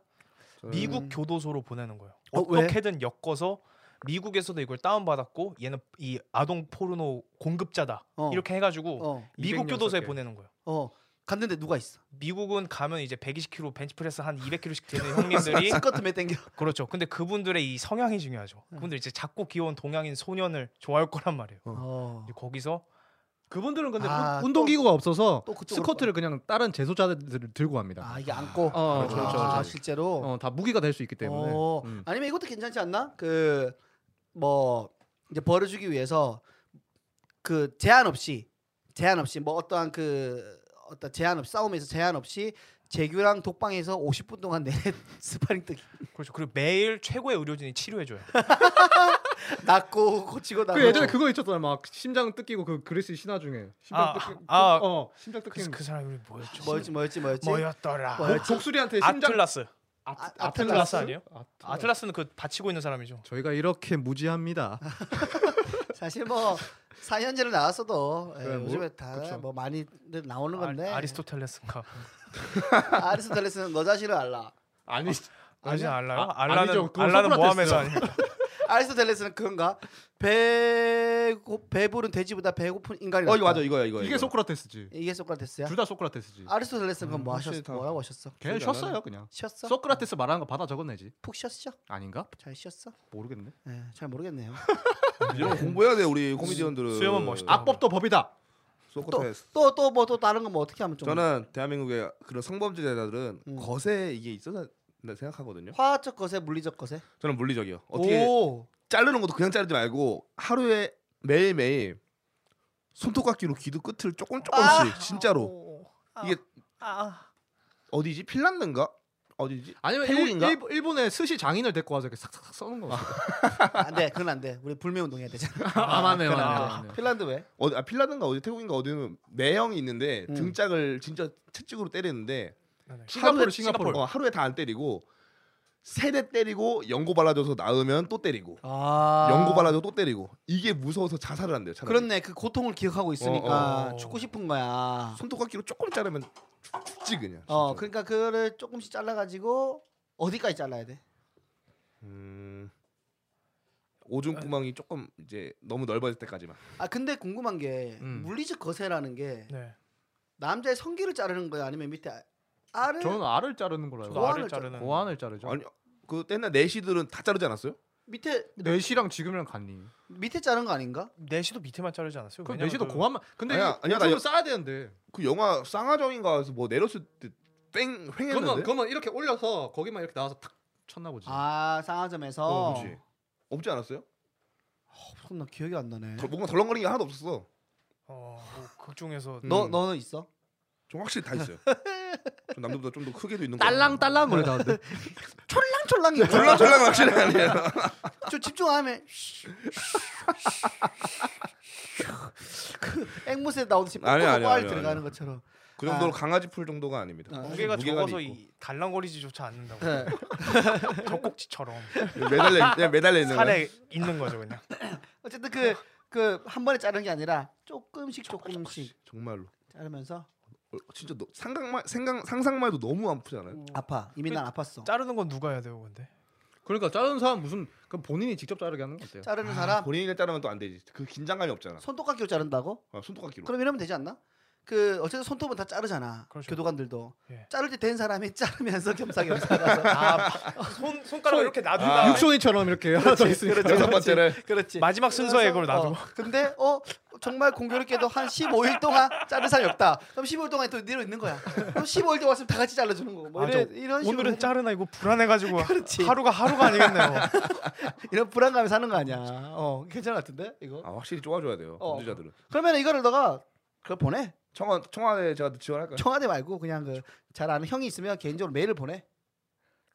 Speaker 2: 미국
Speaker 1: 음.
Speaker 2: 교도소로 보내는 거예요.
Speaker 1: 어, 왜?
Speaker 2: 어떻게든 엮어서 미국에서도 이걸 다운 받았고 얘는 이 아동 포르노 공급자다
Speaker 1: 어.
Speaker 2: 이렇게 해가지고
Speaker 1: 어,
Speaker 2: 미국
Speaker 3: 206
Speaker 2: 교도소에
Speaker 3: 개.
Speaker 2: 보내는 거예요.
Speaker 1: 어 갔는데 누가 있어?
Speaker 2: 미국은 가면 이제 120kg 벤치프레스 한 200kg씩 되는
Speaker 3: 네.
Speaker 2: 형님들이
Speaker 1: 스커트 몇 땡겨?
Speaker 2: 그렇죠. 근데 그분들의 이 성향이 중요하죠. 그분들 이제 작고 귀여운 동양인 소년을 좋아할 거란 말이에요.
Speaker 1: 어.
Speaker 2: 이제 거기서
Speaker 3: 그분들은 근데
Speaker 1: 아,
Speaker 3: 운- 운동기구가 없어서
Speaker 1: 또 그쪽으로
Speaker 3: 스쿼트를 그냥 다른 제소자들을 들고 합니다.
Speaker 1: 아 이게 안고
Speaker 3: 어,
Speaker 1: 아,
Speaker 3: 그렇죠, 그렇죠,
Speaker 1: 아,
Speaker 3: 그렇죠.
Speaker 1: 실제로
Speaker 3: 어, 다 무기가 될 수 있기 때문에.
Speaker 1: 어,
Speaker 3: 음.
Speaker 1: 아니면 이것도 괜찮지 않나? 그 뭐 이제 벌을 주기 위해서 그 제한 없이 제한 없이 뭐 어떠한 그 어떤 제한 없이 싸움에서 제한 없이 재규랑 독방에서 50분 동안 내내 스파링 뜨기
Speaker 2: 그렇죠. 그리고 매일 최고의 의료진이 치료해줘요.
Speaker 1: 낫고 고치고 나고 그렇죠.
Speaker 3: 그 예전에 그거 있었잖아요. 막 심장 뜯기고 그 그리스 신화 중에 심장
Speaker 2: 아,
Speaker 3: 뜯기.
Speaker 2: 아,
Speaker 3: 어, 심장
Speaker 2: 그,
Speaker 3: 뜯기는.
Speaker 2: 그 사람이 우리 뭐였죠?
Speaker 1: 뭐였지 뭐였지 뭐였지
Speaker 2: 뭐였더라?
Speaker 1: 뭐였-
Speaker 3: 독수리한테 심장
Speaker 2: 아틀라스.
Speaker 1: 아,
Speaker 3: 아트-
Speaker 1: 아틀라스?
Speaker 2: 아틀라스 아니에요?
Speaker 3: 아틀라스.
Speaker 2: 아틀라스는 그 받치고 있는 사람이죠.
Speaker 3: 저희가 이렇게 무지합니다.
Speaker 1: 사실 뭐 4년제를 나왔어도 예,
Speaker 3: 그래, 뭐,
Speaker 1: 요즘에 다 뭐
Speaker 3: 그쵸.
Speaker 1: 많이들 나오는 건데
Speaker 2: 아, 리스토텔레스인가
Speaker 1: 아리스토텔레스는 너 자신을 알라
Speaker 3: 아니
Speaker 2: 아직
Speaker 3: 아니야?
Speaker 2: 알라요?
Speaker 3: 아,
Speaker 2: 알라는
Speaker 3: 아니죠. 그건
Speaker 2: 알라는 모함에서
Speaker 3: 소크라테스죠.
Speaker 2: 아니에요.
Speaker 1: 아리스토텔레스는 그건가 배 배부른 돼지보다 배고픈 인간이
Speaker 4: 어 이거
Speaker 1: 낫다.
Speaker 4: 맞아 이거야 이거.
Speaker 3: 이게 소크라테스지.
Speaker 1: 이게 소크라테스야?
Speaker 3: 둘 다 소크라테스지.
Speaker 1: 아, 아리스토텔레스는 그럼 뭐
Speaker 4: 음, 확실히
Speaker 1: 하셨어?
Speaker 4: 다-
Speaker 1: 뭐라고 하셨어?
Speaker 3: 걔는 쉬었어요 그냥.
Speaker 1: 쉬었어?
Speaker 3: 소크라테스 말하는 거 받아 적어내지.
Speaker 1: 푹 쉬었죠?
Speaker 3: 아닌가?
Speaker 1: 잘 쉬었어?
Speaker 3: 모르겠네.
Speaker 1: 예, 잘 모르겠네요.
Speaker 4: 이런 거 공부해야 돼 우리 코미디언들은. 아,
Speaker 2: 수염은 멋있다.
Speaker 3: 악법도 법이다.
Speaker 4: 소크라테스.
Speaker 1: 아, 또또 또 뭐 또 다른 건 뭐 어떻게 하면 좀
Speaker 4: 저는 대한민국의 그런 성범죄자들은
Speaker 1: 음.
Speaker 4: 거세 이게 있어서 생각하거든요.
Speaker 1: 화학적 것에 물리적 것에
Speaker 4: 저는 물리적이요. 어떻게
Speaker 1: 오
Speaker 4: 자르는 것도 그냥 자르지 말고 하루에 매일 매일 손톱깎이로 귀도 끝을 조금
Speaker 1: 아.
Speaker 4: 조금씩 진짜로 이게 어디지 핀란드인가 어디지
Speaker 3: 아니면
Speaker 4: 태국인가?
Speaker 3: 일, 일, 본의 스시 장인을 데리고 와서 이렇게 싹싹싹 써는 거. 같아.
Speaker 1: 안돼 그건 안돼 우리 불매 운동해야 되잖아.
Speaker 3: 아 맞네
Speaker 2: 그래.
Speaker 1: 핀란드 왜?
Speaker 4: 어디 아 핀란드인가 어디 태국인가 어디는 매형이 있는데
Speaker 1: 음.
Speaker 4: 등짝을 진짜 채찍으로 때리는데
Speaker 3: 싱가포르
Speaker 4: 하루에-
Speaker 3: 싱가포르.
Speaker 4: 어, 하루에 다 안 때리고 세 대 때리고 연고 발라줘서 나으면 또 때리고
Speaker 1: 아
Speaker 4: 연고 발라줘 또 때리고 이게 무서워서 자살을 한대요. 차라리.
Speaker 1: 그렇네 그 고통을 기억하고 있으니까
Speaker 2: 어, 어.
Speaker 1: 죽고 싶은 거야.
Speaker 4: 손톱깎이로 조금 자르면 죽지 그냥. 진짜.
Speaker 1: 어 그러니까 그거를 조금씩 잘라가지고 어디까지 잘라야 돼?
Speaker 4: 음, 오줌 구멍이 조금 이제 너무 넓어질 때까지만.
Speaker 1: 아 근데 궁금한 게
Speaker 3: 음.
Speaker 1: 물리적 거세라는 게
Speaker 2: 네.
Speaker 1: 남자의 성기를 자르는 거야 아니면 밑에 아- 알을
Speaker 3: 저는 알을 자르는 걸로 알고
Speaker 2: 저도 알을
Speaker 1: 고안을 좀-
Speaker 2: 자르는.
Speaker 3: 고안을 자르죠.
Speaker 4: 아니 그 옛날 내시들은 다 자르지 않았어요?
Speaker 1: 밑에
Speaker 3: 내시랑 지금이랑 같니?
Speaker 1: 밑에 자른 거 아닌가?
Speaker 2: 내시도 밑에만 자르지 않았어요?
Speaker 3: 그럼
Speaker 2: 왜냐면
Speaker 3: 내시도
Speaker 2: 그-
Speaker 3: 고안만. 근데
Speaker 4: 아니야, 아니야, 나
Speaker 3: 오줌을
Speaker 4: 여-
Speaker 3: 싸야 되는데.
Speaker 4: 그 영화 쌍화정인가에서 뭐 내렸을 때뺑
Speaker 3: 그러면
Speaker 4: 횡했는데?
Speaker 3: 그러면 이렇게 올려서 거기만 이렇게 나와서 탁 쳤나 보지.
Speaker 1: 아 상하점에서.
Speaker 4: 어, 그지. 없지 않았어요?
Speaker 1: 어, 나 기억이 안 나네.
Speaker 4: 덜- 뭔가 덜렁거리는 게 하나도 없었어.
Speaker 2: 어, 뭐극 중에서
Speaker 1: 너
Speaker 4: 음.
Speaker 1: 너는 있어?
Speaker 4: 좀 확실히 다 있어요. 좀 남들보다 좀 더 크게도 있는 거.
Speaker 3: 딸랑딸랑 거리다는데
Speaker 1: 촐랑촐랑이.
Speaker 4: 졸라 졸라 확실히 아니에요.
Speaker 1: 저 집중하면. 그 앵무새 나오듯이 뽀뽀
Speaker 4: 아니야, 아니야,
Speaker 1: 알
Speaker 4: 아니야,
Speaker 1: 들어가는
Speaker 4: 아니야.
Speaker 1: 것처럼.
Speaker 4: 그 정도로
Speaker 1: 아.
Speaker 4: 강아지 풀 정도가 아닙니다.
Speaker 1: 아.
Speaker 2: 무게가
Speaker 4: 무게감이
Speaker 2: 적어서
Speaker 4: 있고.
Speaker 2: 이 달랑거리지조차 않는다고.
Speaker 1: 네.
Speaker 2: 젖꼭지처럼
Speaker 4: 네. 매달려 그냥 매달려 있는 거.
Speaker 2: 살에 있는 거죠 그냥.
Speaker 1: 어쨌든 그 그 한 번에 자르는 게 아니라 조금씩 조금씩
Speaker 4: 정말로.
Speaker 1: 자르면서
Speaker 4: 어, 진짜 너, 생각만 생각 상상만 해도 너무 아프잖아요.
Speaker 2: 음.
Speaker 1: 아파. 이미
Speaker 2: 그
Speaker 1: 난 아팠어.
Speaker 2: 자르는 건 누가 해야 돼요 근데?
Speaker 3: 그러니까 자르는 사람 무슨 그 본인이 직접 자르게 하는 거 어때요?
Speaker 1: 자르는 사람
Speaker 4: 본인이 자르면 또 안 되지. 그 긴장감이 없잖아.
Speaker 1: 손톱깎이로 자른다고?
Speaker 4: 아, 손톱깎이로.
Speaker 1: 그럼 이러면 되지 않나? 그 어쨌든 손톱은 다 자르잖아.
Speaker 2: 그렇죠.
Speaker 1: 교도관들도
Speaker 2: 예. 아,
Speaker 1: 자를 때 된 사람이 자르면서 겸사겸사.
Speaker 2: 손 손가락 이렇게 놔둔다.
Speaker 4: 아.
Speaker 3: 육손이처럼 이렇게 하나 더 있으니까.
Speaker 4: 여섯 번째를
Speaker 1: 그렇지.
Speaker 2: 마지막 순서에 그걸 놔두고.
Speaker 1: 어, 근데 어 정말 공교롭게도 한 15일 동안 자른 사람이 없다. 그럼 15일 동안 또 내려 있는 거야. 그럼 15일 동안 왔으면 다 같이 잘라주는 거고. 뭐
Speaker 2: 아, 저
Speaker 1: 이런 이런 식으로
Speaker 2: 오늘은
Speaker 1: 해서
Speaker 2: 자르나 이거 불안해가지고
Speaker 1: 그렇지.
Speaker 2: 하루가 하루가 아니겠네요.
Speaker 1: 이런 불안감이 사는 거 아니야. 어 괜찮을 것 같은데 이거.
Speaker 4: 아, 확실히 쪼아줘야 돼요.
Speaker 1: 어.
Speaker 4: 범죄자들은.
Speaker 1: 그러면 이거를 너가 그걸 보내.
Speaker 4: 청와 청와대 제가 지원할까요?
Speaker 1: 청와대 말고 그냥 그 잘 아는 형이 있으면 개인적으로 메일을 보내.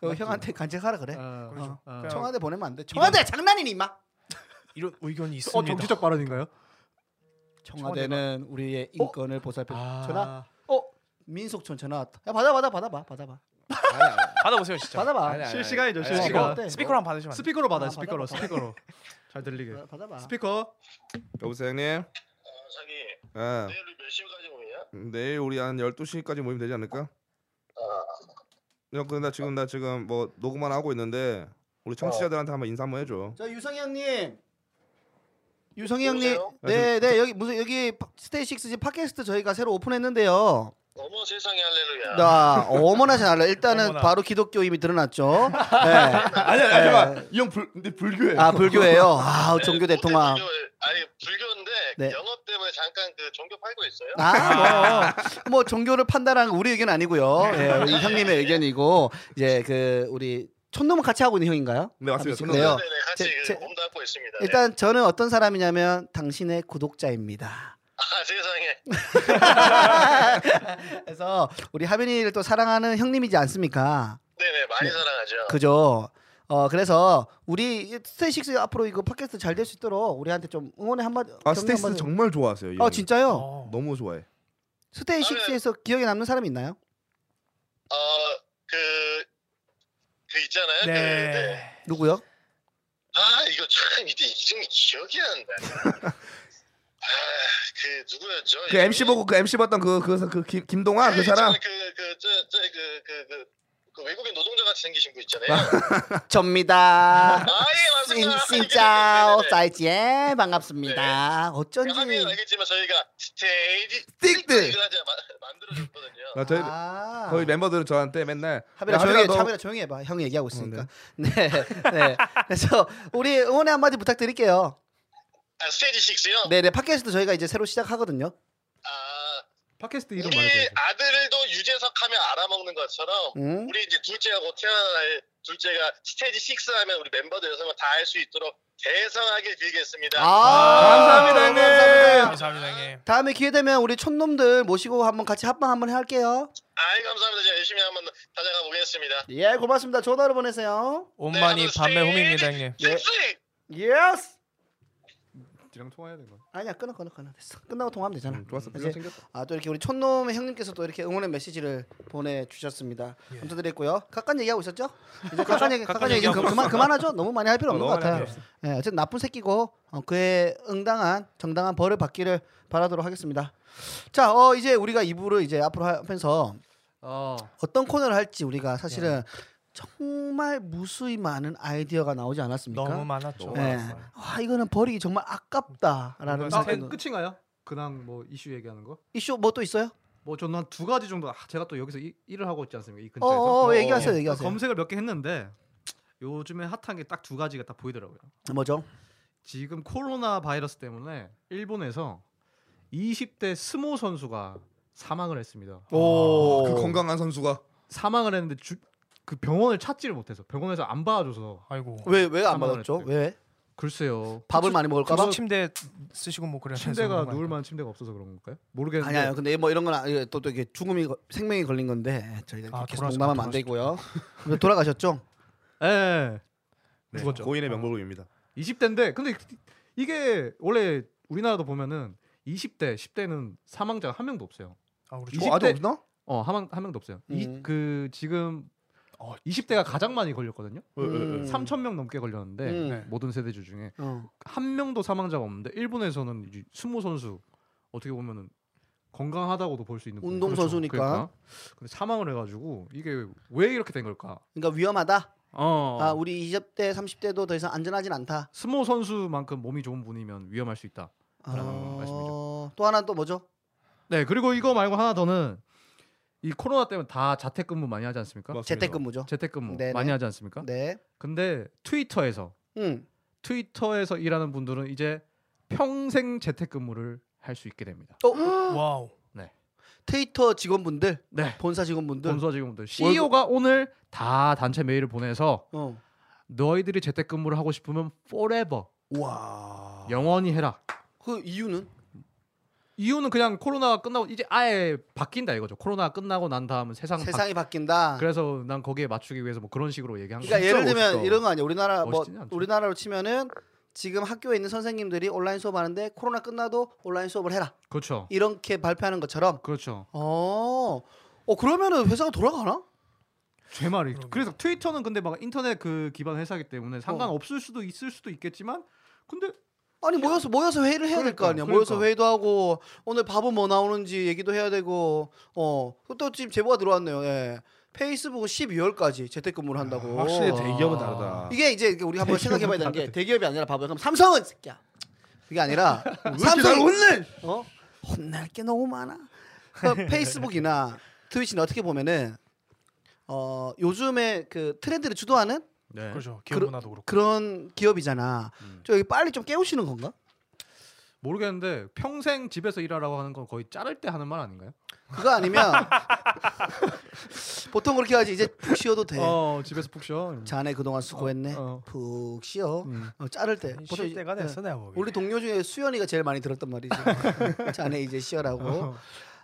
Speaker 1: 그
Speaker 3: 맞지.
Speaker 1: 형한테 간직하라 그래.
Speaker 3: 어,
Speaker 2: 그렇죠.
Speaker 3: 어.
Speaker 2: 그냥
Speaker 1: 청와대 보내면 안 돼. 청와대 장난이니 임마.
Speaker 2: 이런 의견이 있습니다.
Speaker 3: 어 정치적 발언인가요?
Speaker 1: 청와대는 우리의 인권을 보살펴
Speaker 3: 아.
Speaker 1: 전화 어 민속촌 전화 왔다 야 받아 받아 받아 봐 받아 봐
Speaker 4: 아니, 아니, 아니.
Speaker 2: 받아보세요 진짜. 네,
Speaker 1: 받아 봐
Speaker 4: 아니, 아니,
Speaker 3: 실시간이죠,
Speaker 4: 아니, 아니,
Speaker 1: 실시간.
Speaker 4: 아니, 아니.
Speaker 2: 스피커로 한번 받으시면 안 돼요?
Speaker 3: 스피커로 받아요.
Speaker 1: 아,
Speaker 3: 스피커로
Speaker 1: 받아, 받아.
Speaker 3: 스피커로 잘 들리게.
Speaker 1: 받아 봐
Speaker 3: 그 스피커.
Speaker 4: 여보세요 형님.
Speaker 5: 어, 자기
Speaker 4: 아,
Speaker 5: 내일 몇 시까지 모이냐?
Speaker 4: 내일 우리 한 12시까지 모이면 되지 않을까? 야, 근데 나 지금 나 지금 뭐 녹음만 하고 있는데 우리 청취자들한테 한번 인사 한번 해줘.
Speaker 1: 저 유성희 형님 유성희 형님
Speaker 5: 여보세요?
Speaker 1: 네 네 여기 무슨 여기 스테이식스 지금 팟캐스트 저희가 새로 오픈했는데요
Speaker 5: 어머 세상에 할렐루야.
Speaker 1: 나 어머나 잘알라 일단은
Speaker 2: 어머나.
Speaker 1: 바로 기독교임이 드러났죠 네.
Speaker 4: 아니 아니
Speaker 1: 잠깐만.
Speaker 4: 이형 근데 불교예요.
Speaker 1: 아 불교예요 아
Speaker 5: 네,
Speaker 1: 종교
Speaker 5: 모태
Speaker 1: 대통합
Speaker 5: 불교, 아니 불교인데
Speaker 1: 네.
Speaker 5: 영업 때문에 잠깐 그 종교 팔고 있어요.
Speaker 1: 아, 뭐, 뭐 종교를 판단하는 우리 의견 아니고요. 예, 이 형님의 의견이고 이제 그 우리 촌놈은 같이 하고 있는 형인가요?
Speaker 4: 네, 맞습니다.
Speaker 1: 지금
Speaker 4: 촌놈.
Speaker 1: 그래요.
Speaker 5: 네네 같이
Speaker 1: 제-
Speaker 5: 그
Speaker 1: 제-
Speaker 5: 몸도 하고 있습니다. 네.
Speaker 1: 일단 저는 어떤 사람이냐면 당신의 구독자입니다.
Speaker 5: 아 세상에
Speaker 1: 그래서 우리 하빈이를 또 사랑하는 형님이지 않습니까?
Speaker 5: 네네 많이 사랑하죠.
Speaker 1: 그죠? 어 그래서 우리 스테이식스 앞으로 이거 팟캐스트 잘 될 수 있도록 우리한테 좀 응원의 한마디.
Speaker 4: 아
Speaker 1: 격려
Speaker 4: 스테이스
Speaker 1: 한마디-
Speaker 4: 정말 좋아하세요. 이
Speaker 1: 아
Speaker 4: 형님.
Speaker 1: 진짜요?
Speaker 2: 어.
Speaker 4: 너무 좋아해.
Speaker 1: 스테이식스에서 기억에 남는 사람이 있나요? 그
Speaker 5: 어그 그 있잖아요. 그, 네.
Speaker 2: 네.
Speaker 1: 누구요?
Speaker 5: 아 이거 참 이게 이름이 기억이 안 나. 아그 누구였죠? 네,
Speaker 4: 그 MC 보고 그 MC 봤던 그 그 그 김동아 그 사람.
Speaker 5: 그그저저그그그 그 외국인 노동자 같이 생기신 분 있잖아요.
Speaker 1: 접니다.
Speaker 5: 아예
Speaker 1: 신,
Speaker 5: 맞습니다.
Speaker 1: 신짜오 어,
Speaker 5: 네네네. 네,
Speaker 1: 사이즈에 반갑습니다.
Speaker 5: 하면
Speaker 1: 어쩐지
Speaker 5: 알겠지만 저희가 스테이지
Speaker 4: 스틱들.
Speaker 5: 스틱들까지 마- 만들어줬거든요.
Speaker 4: 아, 저희
Speaker 1: 아.
Speaker 4: 거의 멤버들은 저한테 맨날
Speaker 1: 하빈아
Speaker 4: 야,
Speaker 1: 조용히 해,
Speaker 4: 너-
Speaker 1: 하빈아 조용히 해봐. 형이 얘기하고 있으니까.
Speaker 4: 어,
Speaker 1: 네. 네. 그래서 우리 응원의 한마디 부탁드릴게요.
Speaker 5: 아, 스테이지 6요?
Speaker 1: 네, 네. 팟캐스트 저희가 이제 새로 시작하거든요.
Speaker 5: 아,
Speaker 3: 팟캐스트 이름
Speaker 5: 우리
Speaker 3: 말해줘야지.
Speaker 4: 예.
Speaker 5: 아들도 유재석 하면 알아먹는 것처럼
Speaker 1: 음.
Speaker 5: 우리 이제 둘째하고 태어날 둘째가 스테이지 6 하면 우리 멤버들 여섯 명다 알 수 있도록 대성하게 빌겠습니다.
Speaker 2: 아.
Speaker 4: 감사합니다, 형님.
Speaker 1: 감사합니다.
Speaker 2: 감사합니다 형님.
Speaker 1: 다음에 기회 되면 우리 촌놈들 모시고 한번 같이 합방 한번 할게요.
Speaker 5: 아이 감사합니다. 제가 열심히 한번 찾아가 보겠습니다.
Speaker 1: 예, 고맙습니다. 좋은 하루 보내세요.
Speaker 2: 온만이
Speaker 5: 네,
Speaker 2: 밤의
Speaker 5: 아버지.
Speaker 2: 홈입니다 형님.
Speaker 1: 예.
Speaker 5: 예.
Speaker 1: 예스.
Speaker 3: 랑 통화해야 되는 거야.
Speaker 1: 아니야, 끊어 끊어 끊어. 됐어. 끝나고 통화하면 되잖아.
Speaker 4: 음, 좋았어.
Speaker 1: 이제
Speaker 3: 생겼다.
Speaker 1: 아 또 이렇게 우리 촌놈의 형님께서 또 이렇게 응원의 메시지를 보내주셨습니다. 감사드리고요. 각간 얘기하고 있었죠? 이제 각간 얘기,
Speaker 2: 각각
Speaker 1: 각간 얘기
Speaker 2: 얘기하고
Speaker 1: 좀 그만 그만하죠. 너무 많이 할 필요 없는
Speaker 4: 어,
Speaker 1: 것
Speaker 4: 너무 많이
Speaker 1: 같아요.
Speaker 4: 할
Speaker 1: 예, 어쨌든 나쁜 새끼고 어, 그의 응당한 정당한 벌을 받기를 바라도록 하겠습니다. 자, 어 이제 우리가 2부를 이제 앞으로 하면서
Speaker 3: 어.
Speaker 1: 어떤 코너를 할지 우리가 사실은 정말 무수히 많은 아이디어가 나오지 않았습니까?
Speaker 2: 너무 많았죠.
Speaker 1: 예. 아 이거는 버리기 정말 아깝다라는
Speaker 3: 아,
Speaker 1: 생각.
Speaker 3: 그 끝인가요? 그냥 뭐 이슈 얘기하는 거?
Speaker 1: 이슈 뭐 또 있어요?
Speaker 3: 뭐 저는 한 두 가지 정도 아, 제가 또 여기서 이, 일을 하고 있지 않습니까? 이
Speaker 1: 어,
Speaker 3: 근처에서.
Speaker 1: 어, 어, 얘기하세요,
Speaker 3: 어,
Speaker 1: 얘기하세요.
Speaker 3: 검색을 몇 개 했는데 요즘에 핫한 게 딱 두 가지가 딱 보이더라고요.
Speaker 1: 뭐죠?
Speaker 3: 지금 코로나 바이러스 때문에 일본에서 20대 스모 선수가 사망을 했습니다.
Speaker 4: 오. 그 건강한 선수가
Speaker 3: 사망을 했는데 주, 그 병원을 찾지를 못해서 병원에서 안 봐줘서
Speaker 2: 아이고.
Speaker 1: 왜 왜 안
Speaker 3: 사망을
Speaker 1: 받았죠?
Speaker 3: 했대.
Speaker 1: 왜?
Speaker 3: 글쎄요.
Speaker 1: 밥을 많이 먹을까봐?
Speaker 2: 그래서 침대 쓰시고 뭐 그래서
Speaker 3: 침대가
Speaker 2: 그런 거
Speaker 3: 누울
Speaker 2: 아닐까요?
Speaker 3: 만한 침대가 없어서 그런 걸까요? 모르겠는데
Speaker 1: 아니요. 근데 뭐 이런 건또또 이게 죽음이 거- 생명이 걸린 건데 저희가
Speaker 2: 아,
Speaker 1: 계속
Speaker 2: 돌아가셨-
Speaker 1: 농담하면 안
Speaker 2: 돌아가셨-
Speaker 1: 되고요. 근데 돌아가셨죠?
Speaker 3: 예.
Speaker 4: 네,
Speaker 2: 죽었죠.
Speaker 4: 고인의 명복입니다.
Speaker 3: 20대인데 근데 이게 원래 우리나라도 보면은 20대, 10대는 사망자가 한 명도 없어요.
Speaker 2: 아, 그렇죠.
Speaker 4: 뭐
Speaker 3: 20대
Speaker 4: 아직 없나?
Speaker 3: 어, 한, 명- 한 명도 없어요.
Speaker 1: 음.
Speaker 3: 이, 그 지금
Speaker 2: 어,
Speaker 3: 20대가 가장 많이 걸렸거든요.
Speaker 1: 음.
Speaker 3: 3천 명 넘게 걸렸는데
Speaker 1: 음.
Speaker 2: 네.
Speaker 3: 모든 세대주 중에
Speaker 1: 어.
Speaker 3: 한 명도 사망자가 없는데 일본에서는 이 스모 선수 어떻게 보면은 건강하다고도 볼 수 있는
Speaker 1: 운동
Speaker 3: 그렇죠.
Speaker 1: 선수니까.
Speaker 3: 그러니까. 근데 사망을 해가지고 이게 왜 이렇게 된 걸까?
Speaker 1: 그러니까 위험하다.
Speaker 3: 어.
Speaker 1: 아, 우리 20대, 30대도 더 이상 안전하진 않다.
Speaker 3: 스모 선수만큼 몸이 좋은 분이면 위험할 수 있다. 아, 그러는 말씀이죠.
Speaker 1: 어. 또 하나 또 뭐죠?
Speaker 3: 네 그리고 이거 말고 하나 더는 이 코로나 때문에 다 자택근무 많이 하지 않습니까?
Speaker 4: 맞습니다.
Speaker 1: 재택근무죠.
Speaker 3: 재택근무
Speaker 1: 네네.
Speaker 3: 많이 하지 않습니까?
Speaker 1: 네.
Speaker 3: 근데 트위터에서
Speaker 1: 음.
Speaker 3: 트위터에서 일하는 분들은 이제 평생 재택근무를 할 수 있게 됩니다.
Speaker 1: 어,
Speaker 2: 와우.
Speaker 1: 트위터 직원분들,
Speaker 3: 네.
Speaker 1: 본사 직원분들.
Speaker 3: 본사 직원들 CEO가 오늘 다 단체 메일을 보내서
Speaker 1: 어.
Speaker 3: 너희들이 재택근무를 하고 싶으면 forever
Speaker 1: 와.
Speaker 3: 영원히 해라.
Speaker 1: 그 이유는
Speaker 3: 이유는 그냥 코로나가 끝나고 이제 아예 바뀐다 이거죠. 코로나가 끝나고 난 다음은 세상 바...
Speaker 1: 세상이 바뀐다.
Speaker 3: 그래서 난 거기에 맞추기 위해서 뭐 그런 식으로 얘기한 거죠.
Speaker 1: 그러니까 예를
Speaker 4: 진짜
Speaker 1: 들면
Speaker 3: 그렇죠.
Speaker 4: 멋있다.
Speaker 1: 이런 거 아니야. 우리나라 뭐
Speaker 3: 멋있지는 않죠.
Speaker 1: 우리나라로 치면은 지금 학교에 있는 선생님들이 온라인 수업하는데 코로나 끝나도 온라인 수업을 해라.
Speaker 3: 그렇죠.
Speaker 1: 이렇게 발표하는 것처럼.
Speaker 3: 그렇죠.
Speaker 1: 어. 어 그러면은 회사가 돌아가나?
Speaker 3: 제 말이.
Speaker 2: 그럼요.
Speaker 3: 그래서 트위터는 근데 막 인터넷 그 기반 회사기 때문에 상관없을 수도 있을 수도 있겠지만 근데
Speaker 1: 아니 모여서 모여서 회의를 해야 될 거
Speaker 3: 그러니까,
Speaker 1: 아니야.
Speaker 3: 그러니까.
Speaker 1: 모여서 회의도 하고 오늘 밥은 뭐 나오는지 얘기도 해야 되고 어또 지금 제보가 들어왔네요. 예. 페이스북은 12월까지 재택근무를 한다고.
Speaker 4: 확실히 대기업은
Speaker 3: 아.
Speaker 4: 다르다.
Speaker 1: 이게 이제 우리 한번 생각해봐야 되는 게 대기업이 아니라 바보야. 그럼 삼성은 새끼야. 그게 아니라 삼성 혼낼. 어? 혼낼 게 너무 많아. 그 페이스북이나 트위치는 어떻게 보면은 어 요즘에 그 트렌드를 주도하는
Speaker 3: 네.
Speaker 2: 그렇죠.
Speaker 1: 그러-
Speaker 2: 기업 문화도 그렇고.
Speaker 1: 그런 기업이잖아.
Speaker 3: 음.
Speaker 1: 저 여기 빨리 좀 깨우시는 건가?
Speaker 3: 모르겠는데 평생 집에서 일하라고 하는 건 거의 자를 때 하는 말 아닌가요?
Speaker 1: 그거 아니면 보통 그렇게 하지 이제 푹 쉬어도 돼.
Speaker 3: 어 집에서 푹 쉬어.
Speaker 1: 네. 자네 그동안 수고했네.
Speaker 3: 어, 어.
Speaker 1: 푹 쉬어.
Speaker 3: 음.
Speaker 1: 어, 자를 때.
Speaker 2: 쉴 때가
Speaker 1: 네.
Speaker 2: 됐어 예. 내가 보기.
Speaker 1: 우리 동료 중에 수연이가 제일 많이 들었단 말이지. 자네 이제 쉬어라고.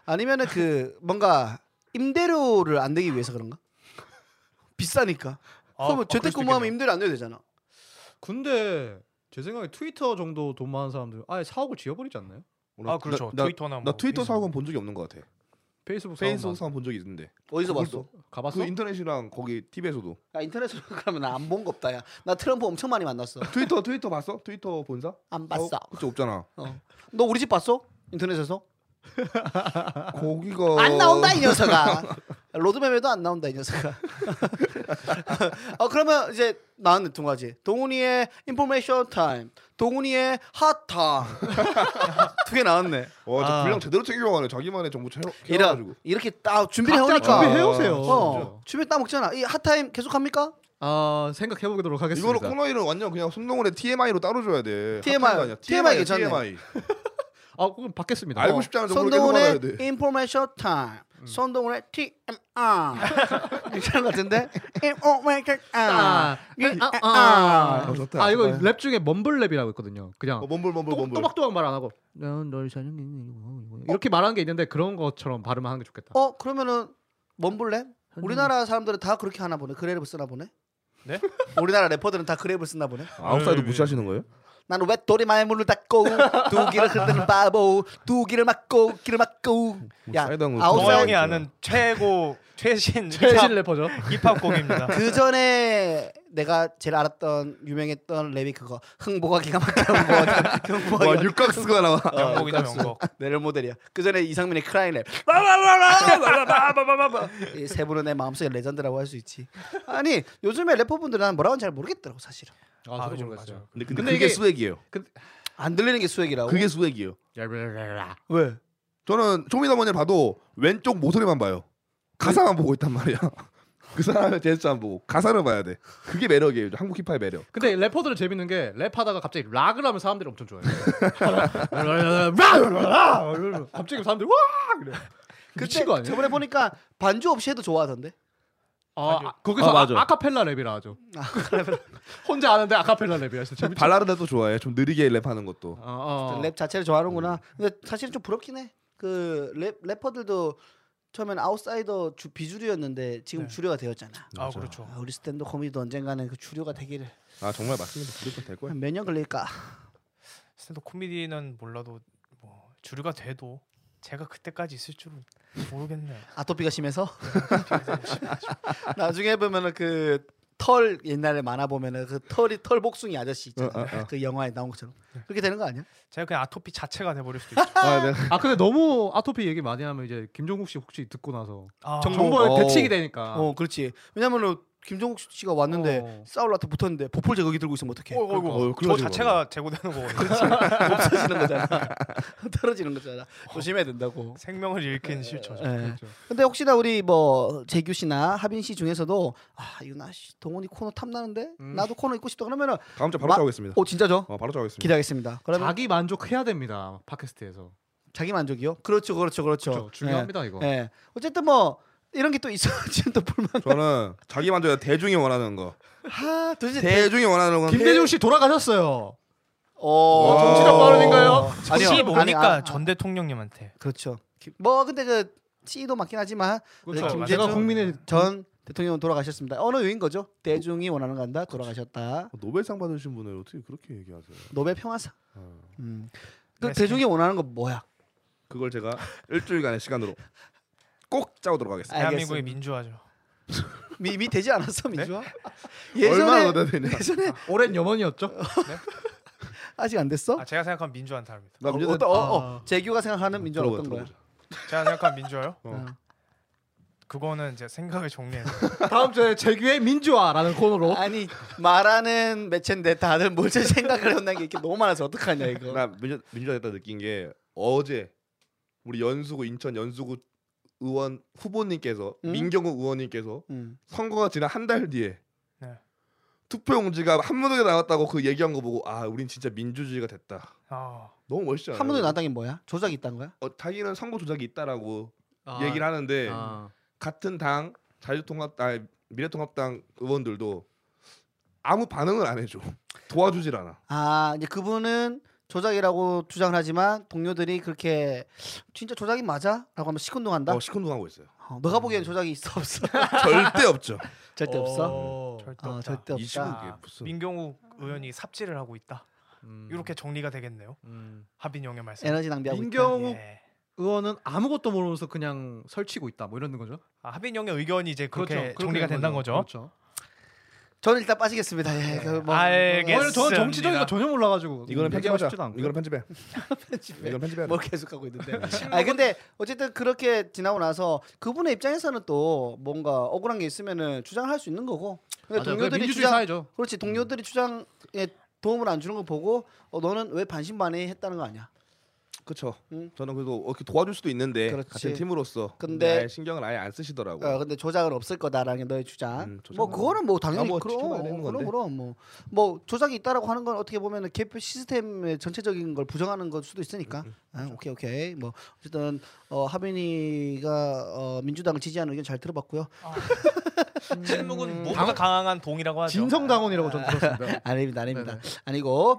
Speaker 1: 아니면은 그 뭔가 임대료를 안 내기 위해서 그런가? 비싸니까.
Speaker 2: 아,
Speaker 1: 그러면 재택근무하면 임대료 안 내야 되잖아.
Speaker 3: 근데 제 생각에 트위터 정도 돈 많은 사람들 은 아예 사옥을 지어버리지 않나요?
Speaker 2: 아 그렇죠.
Speaker 4: 나, 나,
Speaker 2: 트위터나 뭐
Speaker 4: 나 트위터
Speaker 2: 페이스북.
Speaker 4: 사옥은 본 적이 없는 것 같아.
Speaker 3: 페이스북 사옥
Speaker 4: 페이스북 사옥 본 적이 있는데
Speaker 1: 어디서
Speaker 4: 그것도-
Speaker 1: 봤어?
Speaker 3: 가봤어?
Speaker 4: 그 인터넷이랑 거기 TV에서도
Speaker 1: 야 인터넷으로 그러면 안 본 거 없다야. 나 트럼프 엄청 많이 만났어.
Speaker 4: 트위터 트위터 봤어? 트위터 본사?
Speaker 1: 안 봤어.
Speaker 4: 어, 그쪽 없잖아.
Speaker 1: 어. 너 우리 집 봤어? 인터넷에서?
Speaker 4: 거기가
Speaker 1: 안 나온다 이 녀석아. 로드맵에도 안 나온다 이 녀석아. 어 그러면 이제 나왔네 두 가지. 동훈이의 인포메이션 타임, 동훈이의 핫타임 두 개 나왔네.
Speaker 4: 와,
Speaker 3: 아.
Speaker 4: 저 분량 제대로 챙겨가네. 자기만의 정보 채워
Speaker 1: 이런
Speaker 4: 가지고.
Speaker 1: 이렇게 딱 준비를
Speaker 3: 각자
Speaker 1: 해오니까.
Speaker 3: 아, 준비해오세요.
Speaker 1: 어, 준비 따 먹잖아. 이 핫타임 계속 합니까?
Speaker 3: 아 생각해 보도록 하겠습니다.
Speaker 4: 이거는 코너이를 완전 그냥 손동훈의 TMI로 따로 줘야 돼.
Speaker 1: TMI.
Speaker 4: 핫한 거 아니야.
Speaker 1: TMI
Speaker 4: TMI
Speaker 1: 괜찮네.
Speaker 4: TMI.
Speaker 3: 아 그건 받겠습니다.
Speaker 4: 알고
Speaker 3: 어.
Speaker 4: 싶지 않은 정보를 계속 받아야
Speaker 1: 손동훈의
Speaker 4: 돼. 음.
Speaker 1: 인포메이션 타임, 손동훈의 TMR 괜찮은 것 같은데? 인포메이션 타임.
Speaker 3: 아,
Speaker 1: 아,
Speaker 3: 아,
Speaker 1: 아.
Speaker 3: 아.
Speaker 4: 어, 좋다.
Speaker 3: 아 이거 랩 중에 먼블 랩이라고 있거든요. 그냥
Speaker 4: 어, 몸볼 몸볼
Speaker 3: 또,
Speaker 4: 몸볼.
Speaker 3: 또박또박 말 안 하고 난널 사는 게 이거, 이거, 이거. 이렇게 말하는 게 있는데 그런 것처럼 발음하는 게 좋겠다.
Speaker 1: 어 그러면은 먼블렘? 우리나라 사람들은 다 그렇게 하나 보네. 그랩을 쓰나 보네.
Speaker 2: 네?
Speaker 1: 우리나라 래퍼들은 다 그랩을 쓰나 보네.
Speaker 4: 아웃사이드 무시하시는 거예요?
Speaker 1: 나는 왜 돌이 마에 물을 닦고 두 길을 흔드는 바보 두 길을 막고 길을 막고 야
Speaker 4: 뭐 사이드한 거
Speaker 2: 동아
Speaker 1: 아웃사이드
Speaker 2: 형이 아는 뭐 최고 최신
Speaker 3: 최신
Speaker 2: 최신
Speaker 3: 래퍼죠.
Speaker 2: 힙합 곡입니다.
Speaker 1: 그 전에 내가 제일 알았던 유명했던 랩이 그거 흥보가 기가 막히는 거 경보가
Speaker 4: 와
Speaker 1: 기가
Speaker 4: 뭐 육각수가 나와.
Speaker 1: 어,
Speaker 2: 명곡이다
Speaker 1: 육각수.
Speaker 2: 명곡. 아,
Speaker 1: 내럴 모델이야. 그 전에 이상민의 크라잉 랩. 이 세 분은 내 마음속의 레전드라고 할 수 있지. 아니 요즘에 래퍼분들은 난 뭐라고 하는지 잘 모르겠더라고 사실은.
Speaker 3: 아,
Speaker 2: 아,
Speaker 3: 저도
Speaker 2: 그죠,
Speaker 3: 모르겠어요.
Speaker 4: 근데,
Speaker 3: 근데
Speaker 4: 그게
Speaker 3: 이게-
Speaker 4: 수액이에요.
Speaker 1: 안 들리는 게 수액이라고.
Speaker 4: 그게 수액이에요.
Speaker 1: 왜?
Speaker 4: 저는 쇼미더머니를 봐도 왼쪽 모서리만 봐요. 가사만 보고 있단 말이야. 그 사람의 제스처 안 보고 가사를 봐야 돼. 그게 매력이에요. 한국 힙합의 매력.
Speaker 3: 근데 래퍼들은 재밌는 게 랩하다가 갑자기 락을 하면 사람들이 엄청 좋아해요. 갑자기 사람들이 와 그래. 미친 거 아니야?
Speaker 1: 저번에 보니까 반주 없이 해도 좋아하던데.
Speaker 3: 아,
Speaker 2: 아니요.
Speaker 3: 아, 거기서
Speaker 4: 아, 맞아.
Speaker 3: 아, 카펠라 랩이라 하죠. 혼자 아는데 아카펠라 랩이라 진짜 재밌죠.
Speaker 4: 발라드도 또 좋아해. 좀 느리게 랩하는 것도.
Speaker 3: 어, 어.
Speaker 1: 랩 자체를 좋아하는구나. 근데 사실은 좀 부럽긴 해. 그 랩 래퍼들도 처음엔 아웃사이더 주, 비주류였는데 지금
Speaker 2: 네.
Speaker 1: 주류가 되었잖아.
Speaker 2: 아
Speaker 3: 어.
Speaker 2: 그렇죠.
Speaker 1: 아, 우리 스탠드 코미디도 언젠가는 그 주류가 되기를
Speaker 4: 아 정말 맞습니다. 무조건 될 거야.
Speaker 1: 몇 년 걸릴까?
Speaker 2: 스탠드 코미디는 몰라도 뭐 주류가 돼도 제가 그때까지 있을 줄은 모르겠네요.
Speaker 1: 아토피가 심해서 나중에 보면은 그 털 옛날에 만화 보면은 그 털이 털 복숭이 아저씨 있잖아
Speaker 4: 어, 어, 어.
Speaker 1: 그 영화에 나온 것처럼
Speaker 3: 네.
Speaker 1: 그렇게 되는 거 아니야?
Speaker 2: 제가 그냥 아토피 자체가 돼버릴 수도 있죠.
Speaker 4: 아, 내가
Speaker 3: 아 근데 너무 아토피 얘기 많이 하면 이제 김종국 씨 혹시 듣고 나서
Speaker 2: 아,
Speaker 1: 정보-
Speaker 3: 정보에
Speaker 4: 어.
Speaker 3: 대책이 되니까.
Speaker 1: 어 그렇지 왜냐면은 김종국 씨가 왔는데
Speaker 3: 아. 어.
Speaker 1: 싸울라한테 붙었는데 보폴 제거기 들고 있으면 어떡해
Speaker 2: 어,
Speaker 4: 그러니까. 어,
Speaker 2: 이거
Speaker 4: 큰일
Speaker 2: 저
Speaker 4: 나지,
Speaker 2: 자체가 재고되는 거거든요.
Speaker 1: 없어지는 거잖아 떨어지는 거잖아 조심해야 된다고
Speaker 2: 생명을 잃긴 실처죠.
Speaker 1: 예. 근데 혹시나 우리 뭐 재규 씨나 하빈 씨 중에서도 아 유나 씨 동훈이 코너 탐나는데
Speaker 3: 음.
Speaker 1: 나도 코너 있고 싶다 그러면은
Speaker 4: 다음 주 바로
Speaker 1: 마-
Speaker 4: 짜오겠습니다.
Speaker 1: 오 진짜죠?
Speaker 4: 어, 바로 짜오겠습니다.
Speaker 1: 기대하겠습니다. 그러면
Speaker 3: 자기 만족해야 됩니다. 팟캐스트에서.
Speaker 1: 자기 만족이요? 그렇죠, 그렇죠, 그렇죠.
Speaker 3: 그렇죠. 중요합니다 이거.
Speaker 1: 예. 예. 어쨌든 뭐 이런 게 또 있어 지금 또 불만.
Speaker 4: 저는 자기 만족이 대중이 원하는 거.
Speaker 1: 하 도대체 대...
Speaker 4: 대중이 원하는 건
Speaker 3: 김대중 씨 돌아가셨어요.
Speaker 1: 어
Speaker 4: 정치적 발언인가요?
Speaker 1: 아니요.
Speaker 2: 혹시
Speaker 1: 아니,
Speaker 2: 모르니까
Speaker 1: 아,
Speaker 2: 전 대통령님한테
Speaker 1: 그렇죠. 기- 뭐 근데 그 시도 맞긴 하지만
Speaker 3: 그렇죠.
Speaker 1: 김대중-
Speaker 3: 제가 국민의
Speaker 1: 전 대통령 은 돌아가셨습니다. 어느 요인 거죠? 대중이 원하는 간다 돌아가셨다.
Speaker 4: 어, 노벨상 받으신 분을 어떻게 그렇게 얘기하세요?
Speaker 1: 노벨 평화상.
Speaker 4: 어.
Speaker 1: 음. 그
Speaker 2: 그랬습니다.
Speaker 1: 대중이 원하는 건 뭐야?
Speaker 4: 그걸 제가 일주일간의 시간으로 꼭 짜고 들어가겠습니다.
Speaker 2: 대한민국의
Speaker 1: 알겠습니다.
Speaker 2: 민주화죠.
Speaker 1: 미, 이미 되지 않았어 민주화?
Speaker 4: 얼마나
Speaker 1: 네? 예전에
Speaker 4: 얻어야 되냐?
Speaker 1: 예전에
Speaker 3: 오랜 염원이었죠.
Speaker 1: 아직 안 됐어?
Speaker 2: 아, 제가 생각한 민주화는 다릅니다.
Speaker 4: 나
Speaker 1: 어,
Speaker 4: 민주당-
Speaker 1: 어떤- 어, 어,
Speaker 3: 아.
Speaker 1: 재규가 생각하는 민주화 어떤 거야?
Speaker 4: 들어보자,
Speaker 2: 제가 생각한 민주화요? 음.
Speaker 4: 들어보자. 어.
Speaker 2: 그거는 이제 생각을 정리해서
Speaker 3: 다음 주에 재규의 민주화라는 코너로.
Speaker 1: 아니 말하는 매체인데 다들 뭘제 생각을 해온다는 게 이렇게 너무 많아서 어떡하냐 이거.
Speaker 4: 나 민주 민주당 됐다 느낀 게 어제 우리 연수구 인천 연수구 의원 후보님께서
Speaker 1: 음?
Speaker 4: 민경욱 의원님께서
Speaker 1: 음.
Speaker 4: 선거가 지난 한 달 뒤에
Speaker 2: 네.
Speaker 4: 투표용지가 한문동에 나왔다고 그 얘기한 거 보고 아 우린 진짜 민주주의가 됐다.
Speaker 2: 아,
Speaker 4: 너무 멋있지 않아요?
Speaker 1: 한문의 나당이 뭐야? 조작이 있다는 거야?
Speaker 4: 어, 자기는 선거 조작이 있다라고
Speaker 1: 아.
Speaker 4: 얘기를 하는데
Speaker 3: 아.
Speaker 4: 같은 당 자유통합당 아니, 미래통합당 의원들도 아무 반응을 안 해줘 도와주질 않아.
Speaker 1: 아 이제 그분은 조작이라고 주장을 하지만 동료들이 그렇게 진짜 조작이 맞아? 라고 하면 시큰둥한다?
Speaker 4: 어, 시큰둥하고 있어요.
Speaker 1: 어, 너가 보기엔 조작이 있어 없어?
Speaker 4: 절대 없죠.
Speaker 1: 절대 없어?
Speaker 2: 절대
Speaker 1: 어,
Speaker 2: 없다.
Speaker 1: 절대
Speaker 4: 이
Speaker 1: 없다
Speaker 4: 시국에
Speaker 2: 아,
Speaker 4: 무슨
Speaker 2: 민경욱 의원이 삽질을 하고 있다.
Speaker 3: 음.
Speaker 2: 이렇게 정리가 되겠네요.
Speaker 3: 음.
Speaker 2: 하빈영의 말씀.
Speaker 1: 에너지 낭비하고 있다
Speaker 3: 민경욱
Speaker 2: 예.
Speaker 3: 의원은 아무것도 모르면서 그냥 설치고 있다. 뭐 이러는 거죠.
Speaker 2: 아, 하빈영의 의견이 이제 그렇게
Speaker 3: 그렇죠.
Speaker 2: 정리가
Speaker 3: 되는
Speaker 2: 된다는 거죠.
Speaker 3: 그렇죠.
Speaker 1: 저는 일단 빠지겠습니다 예,
Speaker 3: 네.
Speaker 1: 그 뭐,
Speaker 2: 알겠-
Speaker 3: 오늘 그렇죠. 저는 정치적인
Speaker 2: 됐습니다.
Speaker 3: 거 전혀 몰라가지고
Speaker 4: 이거는
Speaker 3: 얘기하고
Speaker 4: 편집하자.
Speaker 3: 싶지도 않고.
Speaker 4: 이거는 편집해.
Speaker 1: 집에
Speaker 4: 이건 편집해야 돼.
Speaker 1: 뭘뭐 계속하고 있는데
Speaker 3: 네.
Speaker 1: 아 근데 어쨌든 그렇게 지나고 나서 그분의 입장에서는 또 뭔가 억울한 게 있으면은 주장을 할 수 있는 거고 근데
Speaker 3: 맞아요.
Speaker 1: 동료들이
Speaker 3: 민주주의
Speaker 1: 주장
Speaker 3: 사회죠.
Speaker 1: 그렇지 동료들이 주장에 도움을 안 주는 거 보고 어, 너는 왜 반신반의했다는 거 아니야?
Speaker 4: 그렇죠.
Speaker 1: 응.
Speaker 4: 저는 그래도 이렇게 도와줄 수도 있는데
Speaker 1: 그렇지.
Speaker 4: 같은 팀으로서
Speaker 1: 근데-
Speaker 4: 아예 신경을 아예 안 쓰시더라고.
Speaker 1: 어, 근데 조작은 없을 거다라는 게 너의 주장.
Speaker 4: 음, 조작은
Speaker 1: 뭐 그거는 뭐 당연히
Speaker 4: 아, 뭐
Speaker 1: 그럼
Speaker 4: 지켜봐야
Speaker 1: 어,
Speaker 4: 되는
Speaker 1: 그럼
Speaker 4: 건데.
Speaker 1: 그럼 뭐뭐 조작이 있다라고 하는 건 어떻게 보면은 개표 시스템의 전체적인 걸 부정하는 걸 수도 있으니까.
Speaker 4: 음,
Speaker 1: 아,
Speaker 4: 그렇죠.
Speaker 1: 오케이 오케이 뭐 어쨌든 어, 하빈이가 어, 민주당을 지지하는 의견 잘 들어봤고요.
Speaker 2: 침묵은
Speaker 4: 뭐 그렇죠.
Speaker 2: 무엇보다 강한 동이라고 하죠.
Speaker 3: 진성당원이라고 저는
Speaker 4: 네.
Speaker 3: 들었습니다.
Speaker 1: 아닙니다 아닙니다 아니고 어,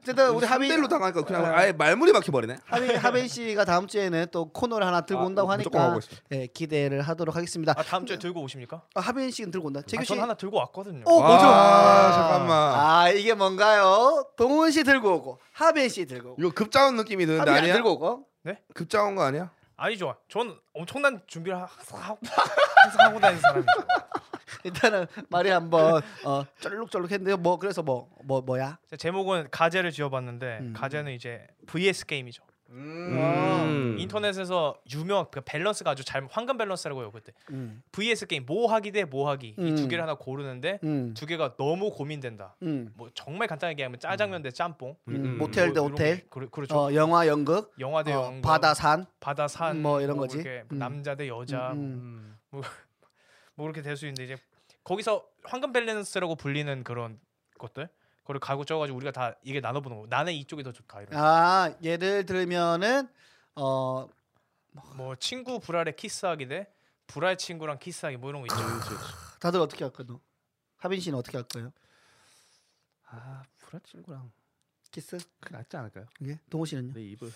Speaker 1: 어쨌든 우리 하빈
Speaker 4: 로 당하니까 그냥 아예 말문이 막혀버리네.
Speaker 1: 하빈 하빈 씨가 다음 주에는 또 코너를 하나 들고
Speaker 4: 아,
Speaker 1: 온다고
Speaker 4: 무조건
Speaker 1: 하니까
Speaker 4: 하고 있어요.
Speaker 1: 예, 기대를 하도록 하겠습니다.
Speaker 2: 아, 다음 주에 들고 오십니까?
Speaker 1: 아, 하빈 씨는 들고 온다.
Speaker 2: 아,
Speaker 1: 재규 씨
Speaker 2: 전 하나 들고 왔거든요.
Speaker 1: 어, 뭐죠?
Speaker 4: 아, 잠깐만.
Speaker 1: 아, 이게 뭔가요? 동훈 씨 들고 오고, 하빈 씨 들고 오고.
Speaker 4: 이거 급짜온 느낌이 드는데
Speaker 1: 하빈 안
Speaker 4: 아니야? 네?
Speaker 1: 들고 오고.
Speaker 4: 급짜온 거 아니야?
Speaker 2: 아니죠. 전 엄청난 준비를 항상 하고, 항상 하고 다니는 사람이죠.
Speaker 1: 일단은 말이 한번 어, 쩔룩쩔룩했는데요. 뭐 그래서 뭐 뭐 뭐, 야
Speaker 2: 제목은 가제를 지어봤는데
Speaker 1: 음.
Speaker 2: 가제는 이제 VS 게임이죠.
Speaker 4: 음.
Speaker 2: 인터넷에서 유명 그 밸런스가 아주 잘 황금 밸런스라고 해요 그때
Speaker 1: 음.
Speaker 2: VS 게임 뭐 모하기 대 모하기 이 두
Speaker 1: 음.
Speaker 2: 개를 하나 고르는데
Speaker 1: 음.
Speaker 2: 두 개가 너무 고민된다.
Speaker 1: 음.
Speaker 2: 뭐 정말 간단하게 얘기하면 짜장면 대 짬뽕.
Speaker 4: 음.
Speaker 1: 모텔 대
Speaker 2: 뭐 이런
Speaker 1: 호텔.
Speaker 2: 게 그렇- 그렇죠.
Speaker 1: 어, 영화 연극.
Speaker 2: 영화 대
Speaker 1: 어,
Speaker 2: 영화,
Speaker 1: 바다 산.
Speaker 2: 바다 산,
Speaker 1: 뭐 이런 거지.
Speaker 2: 이렇게
Speaker 1: 음.
Speaker 2: 남자 대 여자,
Speaker 1: 음, 음.
Speaker 3: 음.
Speaker 2: 뭐 그렇게 될 수 있는데 이제 거기서 황금 밸런스라고 불리는 그런 것들 그걸 가고 쪄가지고 우리가 다 이게 나눠보는 거. 나는 이쪽이 더 좋다 이런.
Speaker 1: 아 예를 들면은 어
Speaker 2: 뭐 친구 불알에 키스하기 대 불알 친구랑 키스하기 뭐 이런 거 있죠.
Speaker 1: 다들 어떻게 할 거노? 하빈 씨는 어떻게 할 거예요?
Speaker 4: 아 불안 친구랑
Speaker 1: 키스?
Speaker 4: 그 낫지 않을까요?
Speaker 1: 예. 동호 씨는요?
Speaker 2: 음.
Speaker 4: 내 입을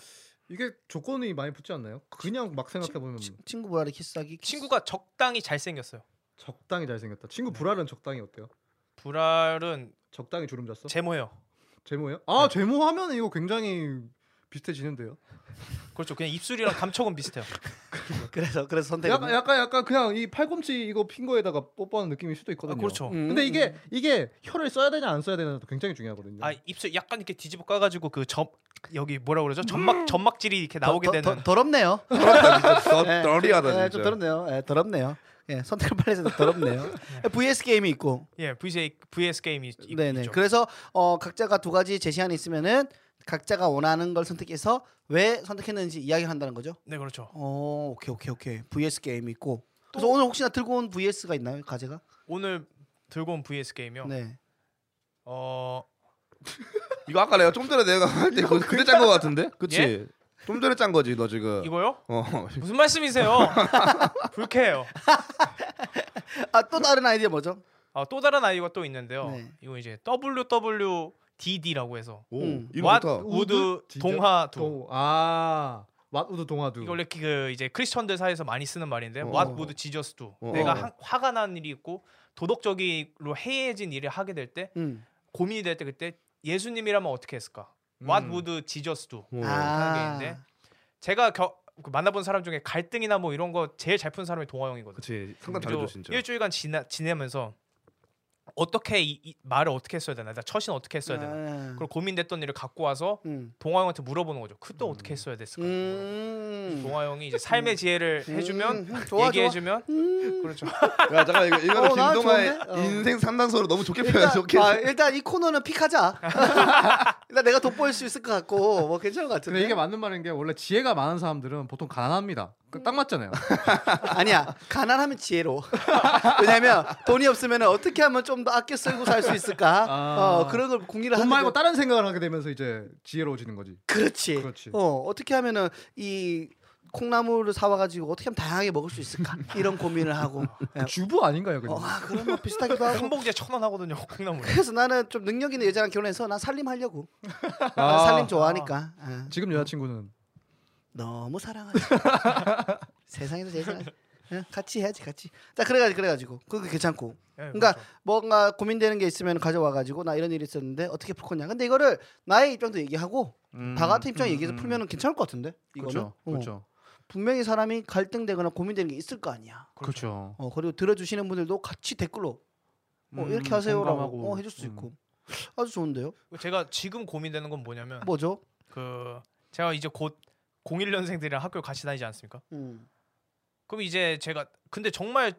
Speaker 3: 이게 조건이 많이 붙지 않나요? 그냥 막 생각해 보면
Speaker 1: 친- 친구 보라리 키스하기. 키스.
Speaker 2: 친구가 적당히 잘생겼어요.
Speaker 3: 적당히 잘생겼다. 친구 불알은 적당히 어때요?
Speaker 2: 불알은
Speaker 3: 적당히 주름 잤어?
Speaker 2: 제모예요.
Speaker 3: 제모예요? 아 제모 하면 이거 굉장히 비슷해지는데요.
Speaker 2: 그렇죠. 그냥 입술이랑 감촉은 비슷해요.
Speaker 1: 그래서 그래서 선택.
Speaker 3: 약간 약간 약간 그냥 이 팔꿈치 이거 핀 거에다가 뽀뽀하는 느낌일 수도 있거든요.
Speaker 2: 아, 그렇죠.
Speaker 1: 음.
Speaker 3: 근데 이게 이게 혀를 써야 되냐 안 써야 되냐도 굉장히 중요하거든요.
Speaker 2: 아 입술 약간 이렇게 뒤집어 까가지고 그 점 여기 뭐라 그러죠? 점막 점막질이 이렇게 나오게 되는
Speaker 1: 음. 더럽네요.
Speaker 2: 아,
Speaker 1: 예,
Speaker 4: 더리하다
Speaker 1: 예,
Speaker 4: 진짜.
Speaker 1: 좀 더럽네요. 예, 더럽네요. 예, 선택을 빨리 해서 더럽네요. 예, VS 게임이 있고.
Speaker 2: 예 VS VS 게임이 있- 있-
Speaker 1: 네네.
Speaker 2: 있죠.
Speaker 1: 그래서 어, 각자가 두 가지 제시안이 있으면은 각자가 원하는 걸 선택해서 왜 선택했는지 이야기를 한다는 거죠.
Speaker 2: 네 그렇죠.
Speaker 1: 어, 오케이 오케이 오케이. VS 게임이 있고. 그래서 오늘 혹시나 들고 온 VS가 있나요? 가제가?
Speaker 2: 오늘 들고 온 VS 게임이요.
Speaker 1: 네.
Speaker 2: 어
Speaker 4: 이거 아까 내가 좀 전에 내가 할 때 그거 그때 짠거 같은데? 그치?
Speaker 2: 예?
Speaker 4: 좀 전에 짠 거지 너 지금
Speaker 2: 이거요?
Speaker 4: 어
Speaker 2: 무슨 말씀이세요? 불쾌해요.
Speaker 1: 아 또 다른 아이디어 뭐죠?
Speaker 2: 아, 또 다른 아이가 또 있는데요.
Speaker 1: 네.
Speaker 2: 이거 이제 WWDD라고 해서
Speaker 4: 오,
Speaker 1: 음.
Speaker 4: 이름
Speaker 2: 왓
Speaker 4: 좋다
Speaker 2: 우드
Speaker 3: 진짜?
Speaker 2: 동화두
Speaker 3: 동- 아 왓우드 동화두.
Speaker 2: 이거 원래 그 이제 크리스천들 사이에서 많이 쓰는 말인데
Speaker 4: 어.
Speaker 2: What would Jesus do?
Speaker 4: 어.
Speaker 2: 내가 한- 화가 난 일이 있고 도덕적으로 해이해진 일을 하게 될 때
Speaker 1: 음.
Speaker 2: 고민이 될 때 그때 예수님이라면 어떻게 했을까?
Speaker 3: 음.
Speaker 4: 음.
Speaker 2: What would Jesus do?
Speaker 4: 오.
Speaker 1: 아.
Speaker 2: 하는 게 있는데 제가 겨, 그 만나본 사람 중에 갈등이나 뭐 이런 거 제일 잘 푼 사람이 동화 형이거든요.
Speaker 4: 그치 상담
Speaker 2: 그래도
Speaker 4: 잘해줘 진짜
Speaker 2: 일주일간 지나, 지내면서 어떻게 이, 이 말을 어떻게 했어야 되나, 나 처신 어떻게 했어야 되나,
Speaker 1: 아.
Speaker 2: 그걸 고민됐던 일을 갖고 와서
Speaker 1: 음.
Speaker 2: 동화 형한테 물어보는 거죠. 그때 어떻게 했어야 됐을까?
Speaker 1: 음.
Speaker 2: 동화 형이 이제 삶의 지혜를 해주면
Speaker 1: 음, 좋아, 좋아.
Speaker 2: 얘기해주면 그렇죠.
Speaker 4: 야 잠깐 이거 이거
Speaker 1: 어, 나
Speaker 4: 김동아의
Speaker 1: 좋은데? 어.
Speaker 4: 인생 상담소를 너무 좋게 표현
Speaker 1: 일단,
Speaker 4: 좋게
Speaker 1: 아, 일단 이 코너는 픽하자. 일단 내가 돋보일 수 있을 것 같고 뭐 괜찮은 것 같은데.
Speaker 3: 근데 이게 맞는 말인 게 원래 지혜가 많은 사람들은 보통 가난합니다. 그딱 맞잖아요.
Speaker 1: 아니야 가난하면 지혜로 왜냐면 돈이 없으면 어떻게 하면 좀 더 아껴 쓰고 살 수 있을까
Speaker 3: 아.
Speaker 1: 어, 그런 걸 궁리를
Speaker 3: 돈
Speaker 1: 하는
Speaker 3: 말고
Speaker 1: 거-
Speaker 3: 다른 생각을 하게 되면서 이제 지혜로워지는 거지.
Speaker 1: 그렇지.
Speaker 3: 그렇지.
Speaker 1: 어 어떻게 하면은 이 콩나물을 사와가지고 어떻게 하면 다양하게 먹을 수 있을까 이런 고민을 하고 예.
Speaker 3: 주부 아닌가요, 그냥?
Speaker 1: 어, 아 그런 거 비슷하기도
Speaker 2: 한
Speaker 1: 하고
Speaker 2: 봉지에 천 원 하거든요. 예, 콩나물.
Speaker 1: 그래서 나는 좀 능력 있는 여자랑 결혼해서 나 살림하려고 나
Speaker 3: 아,
Speaker 1: 살림 좋아하니까 예.
Speaker 3: 지금 여자친구는
Speaker 1: 너무 사랑하지 세상에서 제일 사랑 예, 같이 해야지 같이 자 그래가지고 그래가지고 그거 괜찮고
Speaker 2: 예,
Speaker 1: 그러니까
Speaker 2: 그렇죠.
Speaker 1: 뭔가 고민되는 게 있으면 가져와가지고 나 이런 일이 있었는데 어떻게 풀 거냐. 근데 이거를 나의 입장도 얘기하고 다 같은 입장 얘기해서 풀면은 괜찮을 것 같은데. 이거는
Speaker 3: 그렇죠.
Speaker 1: 어.
Speaker 3: 그렇죠.
Speaker 1: 분명히 사람이 갈등되거나 고민되는 게 있을 거 아니야.
Speaker 3: 그렇죠. 음,
Speaker 1: 어 그리고 들어주시는 분들도 같이 댓글로 어, 이렇게 하세요라고 어, 해줄 수 있고 아주 좋은데요.
Speaker 2: 그렇죠. 제가 지금 고민되는 건 뭐냐면
Speaker 1: 뭐죠?
Speaker 2: 그 제가 이제 곧 01년생들이랑 학교 를 같이 다니지 않습니까?
Speaker 1: 음.
Speaker 2: 그럼 이제 제가 근데 정말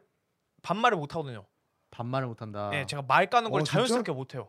Speaker 2: 반말을 못 하거든요.
Speaker 3: 반말을 못 한다.
Speaker 1: 아. 네,
Speaker 2: 예, 제가 말 까는 걸
Speaker 3: 어, 진짜?
Speaker 2: 자연스럽게 못 해요.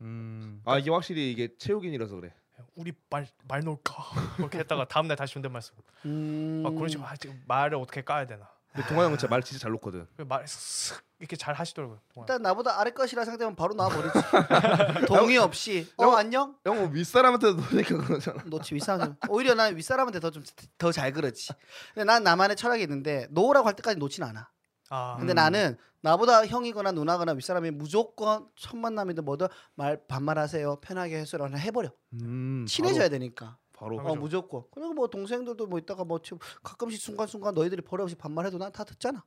Speaker 3: 음.
Speaker 4: 아 이게 확실히 이게 체육인이라서 그래
Speaker 2: 우리 말말 놓을까 그렇게 했다가 다음날 다시 존댓말 쓰고
Speaker 1: 음.
Speaker 2: 막 그런 식으로 아, 지금 말을 어떻게 까야 되나
Speaker 4: 근데 동아 형은 진짜 말 진짜 잘 놓거든
Speaker 2: 그말 쓱 이렇게 잘 하시더라고요. 동안.
Speaker 1: 일단 나보다 아래 것이라 생각하면 바로 나와버리지. 동의 없이 어
Speaker 4: 형-
Speaker 1: 안녕.
Speaker 4: 형뭐 윗사람한테도 그러니까 그러잖아
Speaker 1: 너지 윗사람 오히려 난 윗사람한테 더 좀 더 잘 그러지. 근데 난 나만의 철학이 있는데 노라고 할 때까지 놓진 않아.
Speaker 2: 아,
Speaker 1: 근데
Speaker 3: 음.
Speaker 1: 나는 나보다 형이거나 누나거나 윗사람이 무조건 첫 만남이든 뭐든 말 반말하세요 편하게 해소라 그냥 해버려
Speaker 4: 음
Speaker 1: 친해져야 되니까
Speaker 4: 바로,
Speaker 1: 어
Speaker 4: 바로.
Speaker 1: 무조건 그리고 뭐 동생들도 뭐 있다가 뭐 지금 가끔씩 순간순간 너희들이 버려 없이 반말해도 난 다 듣잖아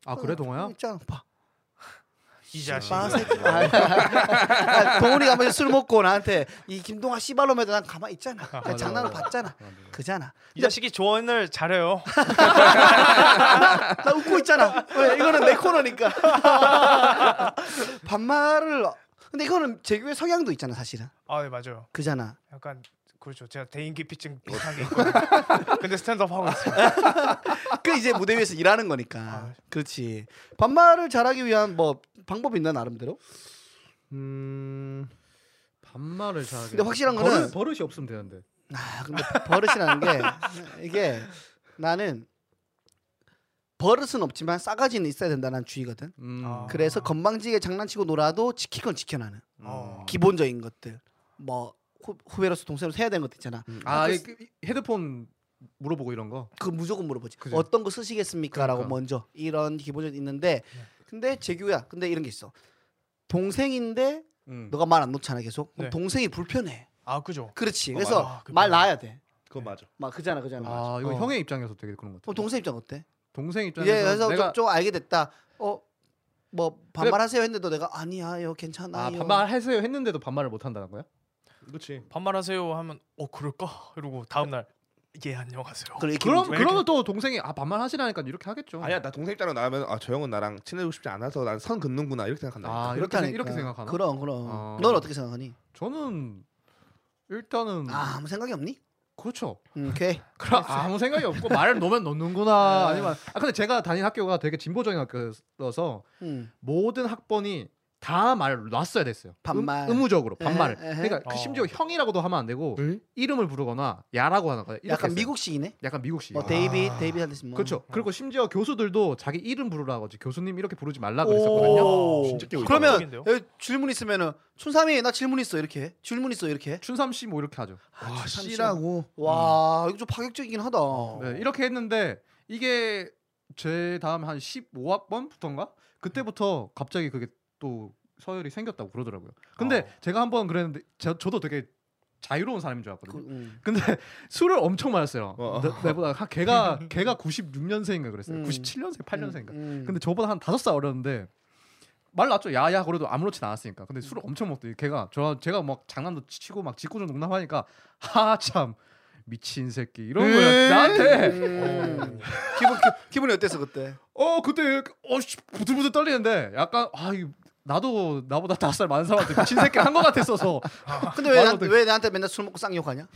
Speaker 3: 아 그래 동아야?
Speaker 1: 있잖아 봐
Speaker 2: 이 자식.
Speaker 1: 빠새끼. 동훈이가 한번 술 먹고 나한테 이 김동아 씨발놈에다 난 가만 히 있잖아. 그냥
Speaker 3: 맞아,
Speaker 1: 장난을
Speaker 3: 맞아.
Speaker 1: 봤잖아. 그잖아.
Speaker 2: 이 자식이 조언을 잘해요.
Speaker 1: 나 웃고 있잖아. 왜 이거는 내 코너니까. 반말을 근데 이거는 재규의 성향도 있잖아 사실은.
Speaker 2: 아, 네, 맞아요.
Speaker 1: 그잖아.
Speaker 2: 약간 그렇죠. 제가 대인기피증 비슷한 게 있거든요. 근데 스탠드업 하고 있어요.
Speaker 1: 그 이제 무대 위에서 일하는 거니까. 그렇지. 반말을 잘하기 위한 뭐 방법이 있나 나름대로?
Speaker 3: 음 반말을 잘하게.
Speaker 1: 근데 확실한
Speaker 3: 버릇-
Speaker 1: 거는-
Speaker 3: 버릇이 없으면 되는데.
Speaker 1: 아 근데 버릇이라는 게 이게 나는 버릇은 없지만 싸가지는 있어야 된다는 주의거든.
Speaker 3: 음.
Speaker 2: 아.
Speaker 1: 그래서 건방지게 장난치고 놀아도 지키건 지켜나는
Speaker 2: 어.
Speaker 1: 기본적인 것들. 뭐 후, 후배로서 동생으로 해야 되는 것도 음. 있잖아.
Speaker 3: 아, 이- 그- 이- 헤드폰 물어보고 이런 거.
Speaker 1: 그 무조건 물어보지.
Speaker 3: 그죠.
Speaker 1: 어떤 거 쓰시겠습니까라고
Speaker 3: 그러니까. 네.
Speaker 1: 먼저 이런 기본적인 있는데 근데 재규야 근데 이런 게 있어.
Speaker 3: 음.
Speaker 1: 동생인데 너가 말 안 놓잖아 계속. 그럼
Speaker 2: 네.
Speaker 1: 동생이 불편해.
Speaker 2: 아, 그죠.
Speaker 1: 그렇지.
Speaker 4: 어,
Speaker 1: 그래서
Speaker 2: 맞아. 아, 그
Speaker 1: 말
Speaker 2: 편해.
Speaker 1: 나야 돼.
Speaker 4: 그거 맞아.
Speaker 1: 막 그잖아 그잖아.
Speaker 3: 그렇죠. 아, 이거
Speaker 1: 어.
Speaker 3: 형의 입장에서 되게 그런 것 같아.
Speaker 1: 그럼 동생 입장 어때?
Speaker 3: 동생 입장에서
Speaker 1: 예, 그래서
Speaker 3: 내가
Speaker 1: 좀, 좀 알게 됐다. 어, 뭐 반말하세요 했는데도 내가 아니야요, 괜찮아요.
Speaker 3: 아, 반말하세요 했는데도 반말을 못 한다는 거야?
Speaker 4: 그렇지.
Speaker 2: 반말하세요 하면 어, 그럴까? 이러고 다음 날예 안녕하세요.
Speaker 1: 그럼 이렇게
Speaker 3: 그럼
Speaker 2: 왜
Speaker 3: 그러면 또 동생이 아 반말 하시라니까 이렇게 하겠죠.
Speaker 4: 아니야 나 동생 입장으로 나오면 아저 형은 나랑 친해지고 싶지 않아서 난 선 긋는구나 이렇게 생각한다.
Speaker 3: 아, 이렇게
Speaker 1: 그렇다니까.
Speaker 3: 생- 이렇게 생각하나?
Speaker 1: 그럼 그럼.
Speaker 3: 아.
Speaker 1: 넌 어떻게 생각하니?
Speaker 3: 저는 일단은
Speaker 1: 아, 아무 생각이 없니?
Speaker 3: 그렇죠.
Speaker 1: 음, 오케이.
Speaker 3: 그럼 아무 생각이 없고 말을 놓으면 놓는구나. 아니면 아 근데 제가 다닌 학교가 되게 진보적인 학교라서
Speaker 1: 음.
Speaker 3: 모든 학번이 다 말을 놨어야 됐어요.
Speaker 1: 반말.
Speaker 3: 음, 의무적으로
Speaker 1: 에헤,
Speaker 3: 반말을.
Speaker 1: 에헤.
Speaker 3: 그러니까 그
Speaker 2: 어.
Speaker 3: 심지어 형이라고도 하면 안 되고 이름을 부르거나 야라고 하는 거예요. 이렇게
Speaker 1: 약간
Speaker 3: 했어요.
Speaker 1: 미국식이네.
Speaker 3: 약간 미국식.
Speaker 1: 뭐 데이비, 데이비 한듯이 뭐.
Speaker 2: 음.
Speaker 3: 그렇죠. 그리고 심지어 교수들도 자기 이름 부르라고 하지. 교수님 이렇게 부르지 말라 아, 그랬었거든요. 아,
Speaker 1: 오.
Speaker 4: 진짜 깨우쳐.
Speaker 1: 그러면
Speaker 2: 미국인데요?
Speaker 1: 여기 질문 있으면은 춘삼이 나 질문 있어 이렇게 해. 질문 있어 이렇게 해.
Speaker 3: 춘삼 씨 뭐 이렇게 하죠.
Speaker 1: 아, 춘삼
Speaker 4: 씨라고.
Speaker 1: 와 이거 좀 파격적이긴 하다.
Speaker 2: 어.
Speaker 3: 네, 이렇게 했는데 이게 제 다음 한 15학번부터인가 그때부터 갑자기 그게 또 서열이 생겼다고 그러더라고요. 근데
Speaker 2: 어.
Speaker 3: 제가 한번 그랬는데 저, 저도 되게 자유로운 사람인 줄
Speaker 1: 그,
Speaker 3: 알았거든요.
Speaker 1: 음.
Speaker 3: 근데 술을 엄청 마셨어요.
Speaker 4: 어.
Speaker 3: 내- 내보다 한- 걔가 걔가 96년생인가 그랬어요.
Speaker 1: 음.
Speaker 3: 97년생, 8년생인가.
Speaker 1: 음, 음.
Speaker 3: 근데 저보다 한 다섯 살 어렸는데 말 났죠. 야야 그래도 아무렇진 않았으니까.
Speaker 1: 음.
Speaker 3: 근데 술을 엄청 먹더니 걔가 저 제가 막 장난도 치고 막 짓궂은 농담하니까 하참 미친 새끼 이런 거야.
Speaker 4: 에이.
Speaker 3: 나한테
Speaker 1: 음.
Speaker 2: 어.
Speaker 1: 기분 기, 기분이 어땠어 그때?
Speaker 3: 어 그때 어씨 부들부들 떨리는데 약간 아 이- 나도 나보다 다섯 살 많은 사람한테 미친 새끼 한 거 같았어서
Speaker 1: 근데 왜, 나,
Speaker 3: 아, 말로
Speaker 1: 왜 나한테 맨날 술 먹고 쌍욕하냐?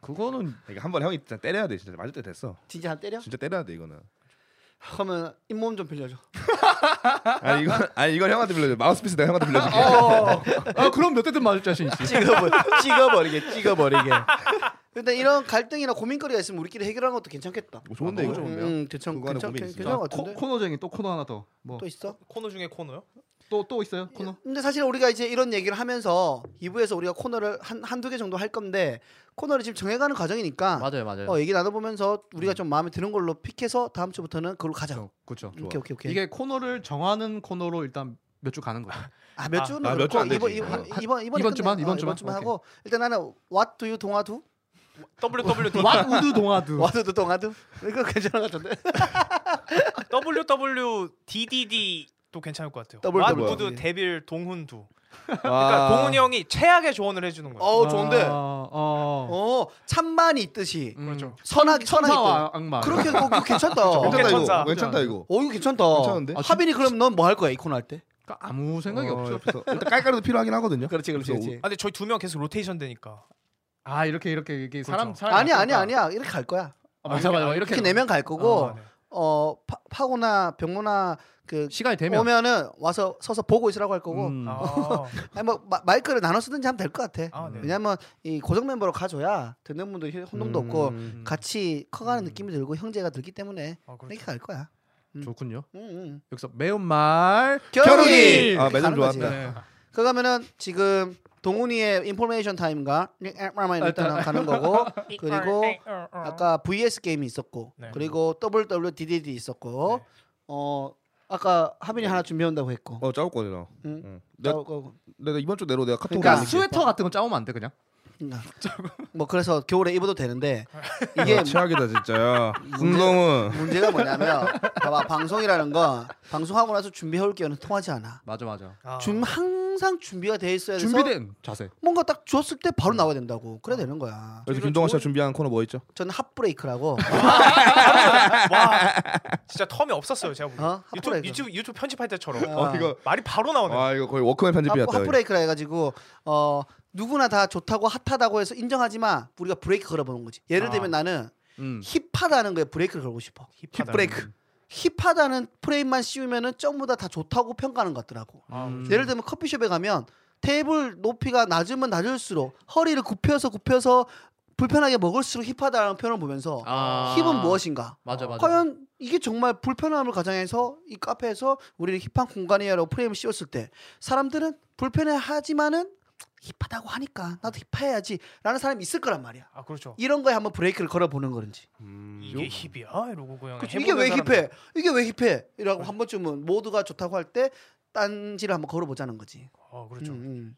Speaker 3: 그거는
Speaker 4: 그러니까 한번 형이 진짜 때려야 돼 진짜 맞을 때 됐어.
Speaker 1: 진짜 한 때려?
Speaker 4: 진짜 때려야 돼 이거는.
Speaker 1: 그러면 잇몸 좀 빌려줘.
Speaker 4: 아니 이건 아니 이건 형한테 빌려줘. 마우스피스 내가 형한테 빌려줄게.
Speaker 3: 아 그럼 몇 대든 맞을 자신
Speaker 1: 아,
Speaker 3: 있지.
Speaker 1: 어, 찍어버 찍어버리게 찍어버리게. 근데 이런 갈등이나 고민거리가 있으면 우리끼리 해결하는 것도 괜찮겠다.
Speaker 4: 뭐 좋은데 이거.
Speaker 3: 너무 좋은데요?
Speaker 1: 음, 괜찮
Speaker 4: 그거 안에
Speaker 1: 괜찮
Speaker 4: 고민
Speaker 1: 괜찮
Speaker 4: 있으니까.
Speaker 1: 괜찮은 것
Speaker 3: 아, 코,
Speaker 1: 같은데
Speaker 3: 코너쟁이 또 코너 하나 더 뭐
Speaker 1: 또 있어?
Speaker 2: 코너 중에 코너요?
Speaker 3: 또 또 있어요 코너?
Speaker 1: 근데 사실 우리가 이제 이런 얘기를 하면서 2부에서 우리가 코너를 한한두개 정도 할 건데 코너를 지금 정해가는 과정이니까
Speaker 3: 맞아요 맞아요.
Speaker 1: 어, 얘기 나눠보면서 우리가 좀 마음에 드는 걸로 픽해서 다음 주부터는 그걸로 가자.
Speaker 3: 그렇죠. 그렇죠.
Speaker 1: 오케이 오케이 오케이.
Speaker 3: 이게 코너를 정하는 코너로 일단 몇 주 가는 거죠.
Speaker 1: 아몇
Speaker 2: 아,
Speaker 1: 주는
Speaker 4: 아, 몇주안
Speaker 1: 그렇고
Speaker 4: 되지.
Speaker 1: 이번
Speaker 3: 한-
Speaker 1: 이번 이번
Speaker 3: 이번 주만, 이번 주만?
Speaker 1: 이번 주만 하고 일단 나는 What do you 동화두?
Speaker 2: WWD
Speaker 3: 왓우드 동화두.
Speaker 1: What do you 동화두? 이거 괜찮은 것 같은데.
Speaker 2: WWDDD도 괜찮을 것 같아요.
Speaker 1: WWD.
Speaker 2: 왓우드 데빌 동훈두. 그러니까 동훈이 형이 최악의 조언을 해주는 거예요.
Speaker 1: 아. 어 좋은데.
Speaker 3: 어. 어.
Speaker 1: 어 찬만이 있듯이
Speaker 3: 음.
Speaker 2: 그렇죠.
Speaker 1: 선악이 선악이 있듯
Speaker 3: 천사와 악마.
Speaker 1: 그렇게 어, 이거 괜찮다.
Speaker 4: 괜찮다
Speaker 1: 어
Speaker 4: 이거.
Speaker 2: 괜찮다.
Speaker 4: 괜찮다 이거.
Speaker 1: 이거 괜찮다.
Speaker 4: 괜찮은데?
Speaker 3: 아, 진-
Speaker 1: 하빈이 그럼 넌 뭐 할 거야 이 코너 할 때?
Speaker 3: 그러니까 아무 생각이
Speaker 4: 어,
Speaker 3: 없죠.
Speaker 4: 그래서 일단 깔깔이도 필요하긴 하거든요.
Speaker 1: 그렇지 그렇지
Speaker 4: 그래서
Speaker 1: 그렇지.
Speaker 2: 아, 근데 저희 두 명 계속 로테이션 되니까.
Speaker 3: 아 이렇게 이렇게 이렇게 사람
Speaker 2: 그렇죠.
Speaker 3: 사람
Speaker 1: 아니야 아니야 아니야 이렇게 갈 거야.
Speaker 3: 아, 맞아 맞아 이렇게
Speaker 1: 이렇게 내면 갈 거고
Speaker 2: 아,
Speaker 1: 어,
Speaker 2: 네.
Speaker 1: 파, 파고나 병모나 그
Speaker 3: 시간이 되면
Speaker 1: 오면은 와서 서서 보고 있으라고 할 거고
Speaker 3: 음.
Speaker 2: 아,
Speaker 1: 아니 뭐 마, 마이크를 나눠 쓰든지 하면 될 것 같아.
Speaker 2: 아, 네.
Speaker 1: 왜냐면 이 고정 멤버로 가줘야 듣는 분도 휴- 혼동도 없고
Speaker 4: 음.
Speaker 1: 같이 커가는
Speaker 2: 음.
Speaker 1: 느낌이 들고 형제가 들기 때문에
Speaker 2: 아, 그렇죠.
Speaker 1: 이렇게 갈 거야. 음.
Speaker 3: 좋군요.
Speaker 1: 음, 음.
Speaker 3: 여기서 매운말 네.
Speaker 1: 겨루기!
Speaker 4: 아
Speaker 1: 가는
Speaker 4: 매점
Speaker 1: 거지.
Speaker 4: 좋아한다.
Speaker 1: 그 가면은 지금 동훈이의 인포메이션 타임과 닉마마인 일단 가는 거고 그리고 아까 어, VS 게임이 있었고
Speaker 2: 네.
Speaker 1: 그리고 WWDDD 있었고
Speaker 2: 네.
Speaker 1: 어 아까 하빈이 하나 준비한다고 했고
Speaker 4: 어 짜올 거네 나.
Speaker 1: 응.
Speaker 4: 응.
Speaker 1: 자,
Speaker 4: 내가,
Speaker 1: 어, 어.
Speaker 4: 내가 이번 주 내로 내가 카톡
Speaker 1: 그러니까
Speaker 3: 그러니까 스웨터 같은 거 짜오면 안 돼 그냥.
Speaker 1: 음, 뭐 그래서 겨울에 입어도 되는데 이게
Speaker 4: 아, 최악이다 진짜야. 운동은
Speaker 1: 문제가 뭐냐면 봐봐 방송이라는 건 방송하고 나서 준비해올 기회는 통하지 않아.
Speaker 3: 맞아 맞아.
Speaker 2: 아,
Speaker 1: 준 항상 준비가 돼 있어야 돼서
Speaker 3: 준비된 자세.
Speaker 1: 뭔가 딱 줬을 때
Speaker 2: 음.
Speaker 1: 바로 나와야 된다고
Speaker 2: 아.
Speaker 1: 그래야 되는 거야.
Speaker 4: 요즘 김동완 씨가 준비한 코너 뭐 있죠?
Speaker 1: 저는 핫브레이크라고
Speaker 2: 와 진짜 텀이 없었어요 제가 보기
Speaker 1: 어?
Speaker 2: 유튜브
Speaker 1: 핫브레이크.
Speaker 2: 유튜브 유튜브 편집할 때처럼
Speaker 1: 어. 아.
Speaker 4: 이거
Speaker 2: 말이 바로 나오네
Speaker 4: 아 이거 거의 워크맨 편집이었다.
Speaker 1: 핫, 브레이크라 해가지고 어 누구나 다 좋다고 핫하다고 해서 인정하지만 우리가 브레이크 걸어보는 거지. 예를
Speaker 2: 아.
Speaker 1: 들면 나는
Speaker 3: 음.
Speaker 1: 힙하다는 거에 브레이크를 걸고 싶어.
Speaker 2: 힙하다.
Speaker 4: 브레이크.
Speaker 1: 힙하다는 프레임만 씌우면은 전부 다 다 좋다고 평가하는 것 같더라고.
Speaker 2: 아,
Speaker 3: 음.
Speaker 1: 예를 들면 커피숍에 가면 테이블 높이가 낮으면 낮을수록 허리를 굽혀서 굽혀서 불편하게 먹을수록 힙하다라는 표현을 보면서
Speaker 3: 아.
Speaker 1: 힙은 무엇인가?
Speaker 3: 맞아 맞아.
Speaker 1: 과연 이게 정말 불편함을 가장해서 이 카페에서 우리는 힙한 공간이야라고 프레임을 씌웠을 때 사람들은 불편해하지만은 힙하다고 하니까 나도 힙해야지라는 사람이 있을 거란 말이야.
Speaker 2: 아 그렇죠
Speaker 1: 이런 거에 한번 브레이크를 걸어보는 거든지.
Speaker 3: 음,
Speaker 2: 이게 힙이야 이러고 그냥
Speaker 1: 음. 그치, 이게 왜
Speaker 2: 어, 해보는
Speaker 1: 힙해? 이게 왜 힙해? 이라고 한 번쯤은 모두가 좋다고 할 때 딴지를 한번 걸어보자는 거지.
Speaker 2: 사람들. 아 그렇죠
Speaker 1: 음, 음.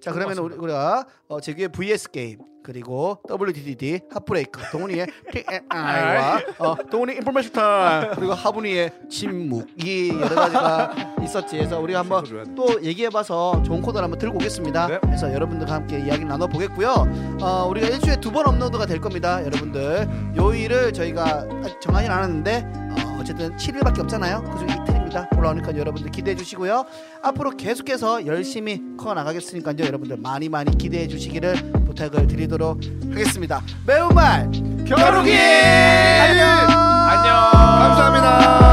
Speaker 1: 자 그러면 우리, 우리가 어, 제규의 VS 게임 그리고 WDDD 핫브레이크 동훈이의 TMI와 어, 동훈이 인포메이션 타임 그리고 하분이의 침묵 이 여러 가지가 있었지 해서 우리가 한번
Speaker 4: 줘야 돼.
Speaker 1: 또 얘기해봐서 좋은 코드를 한번 들고 오겠습니다
Speaker 4: 네.
Speaker 1: 그래서 여러분들과 함께 이야기를 나눠보겠고요 어, 우리가 일주일에 두 번 업로드가 될 겁니다 여러분들 요일을 저희가 아직 정하진 않았는데 어, 어쨌든 7일밖에 없잖아요 그중에 이틀입니다 올라오니까 여러분들 기대해 주시고요 앞으로 계속해서 열심히 커나가겠으니까요 여러분들 많이 많이 기대해 주시기를 부탁을 드리도록 하겠습니다 매운말 겨루기 안녕
Speaker 2: 안녕
Speaker 4: 감사합니다.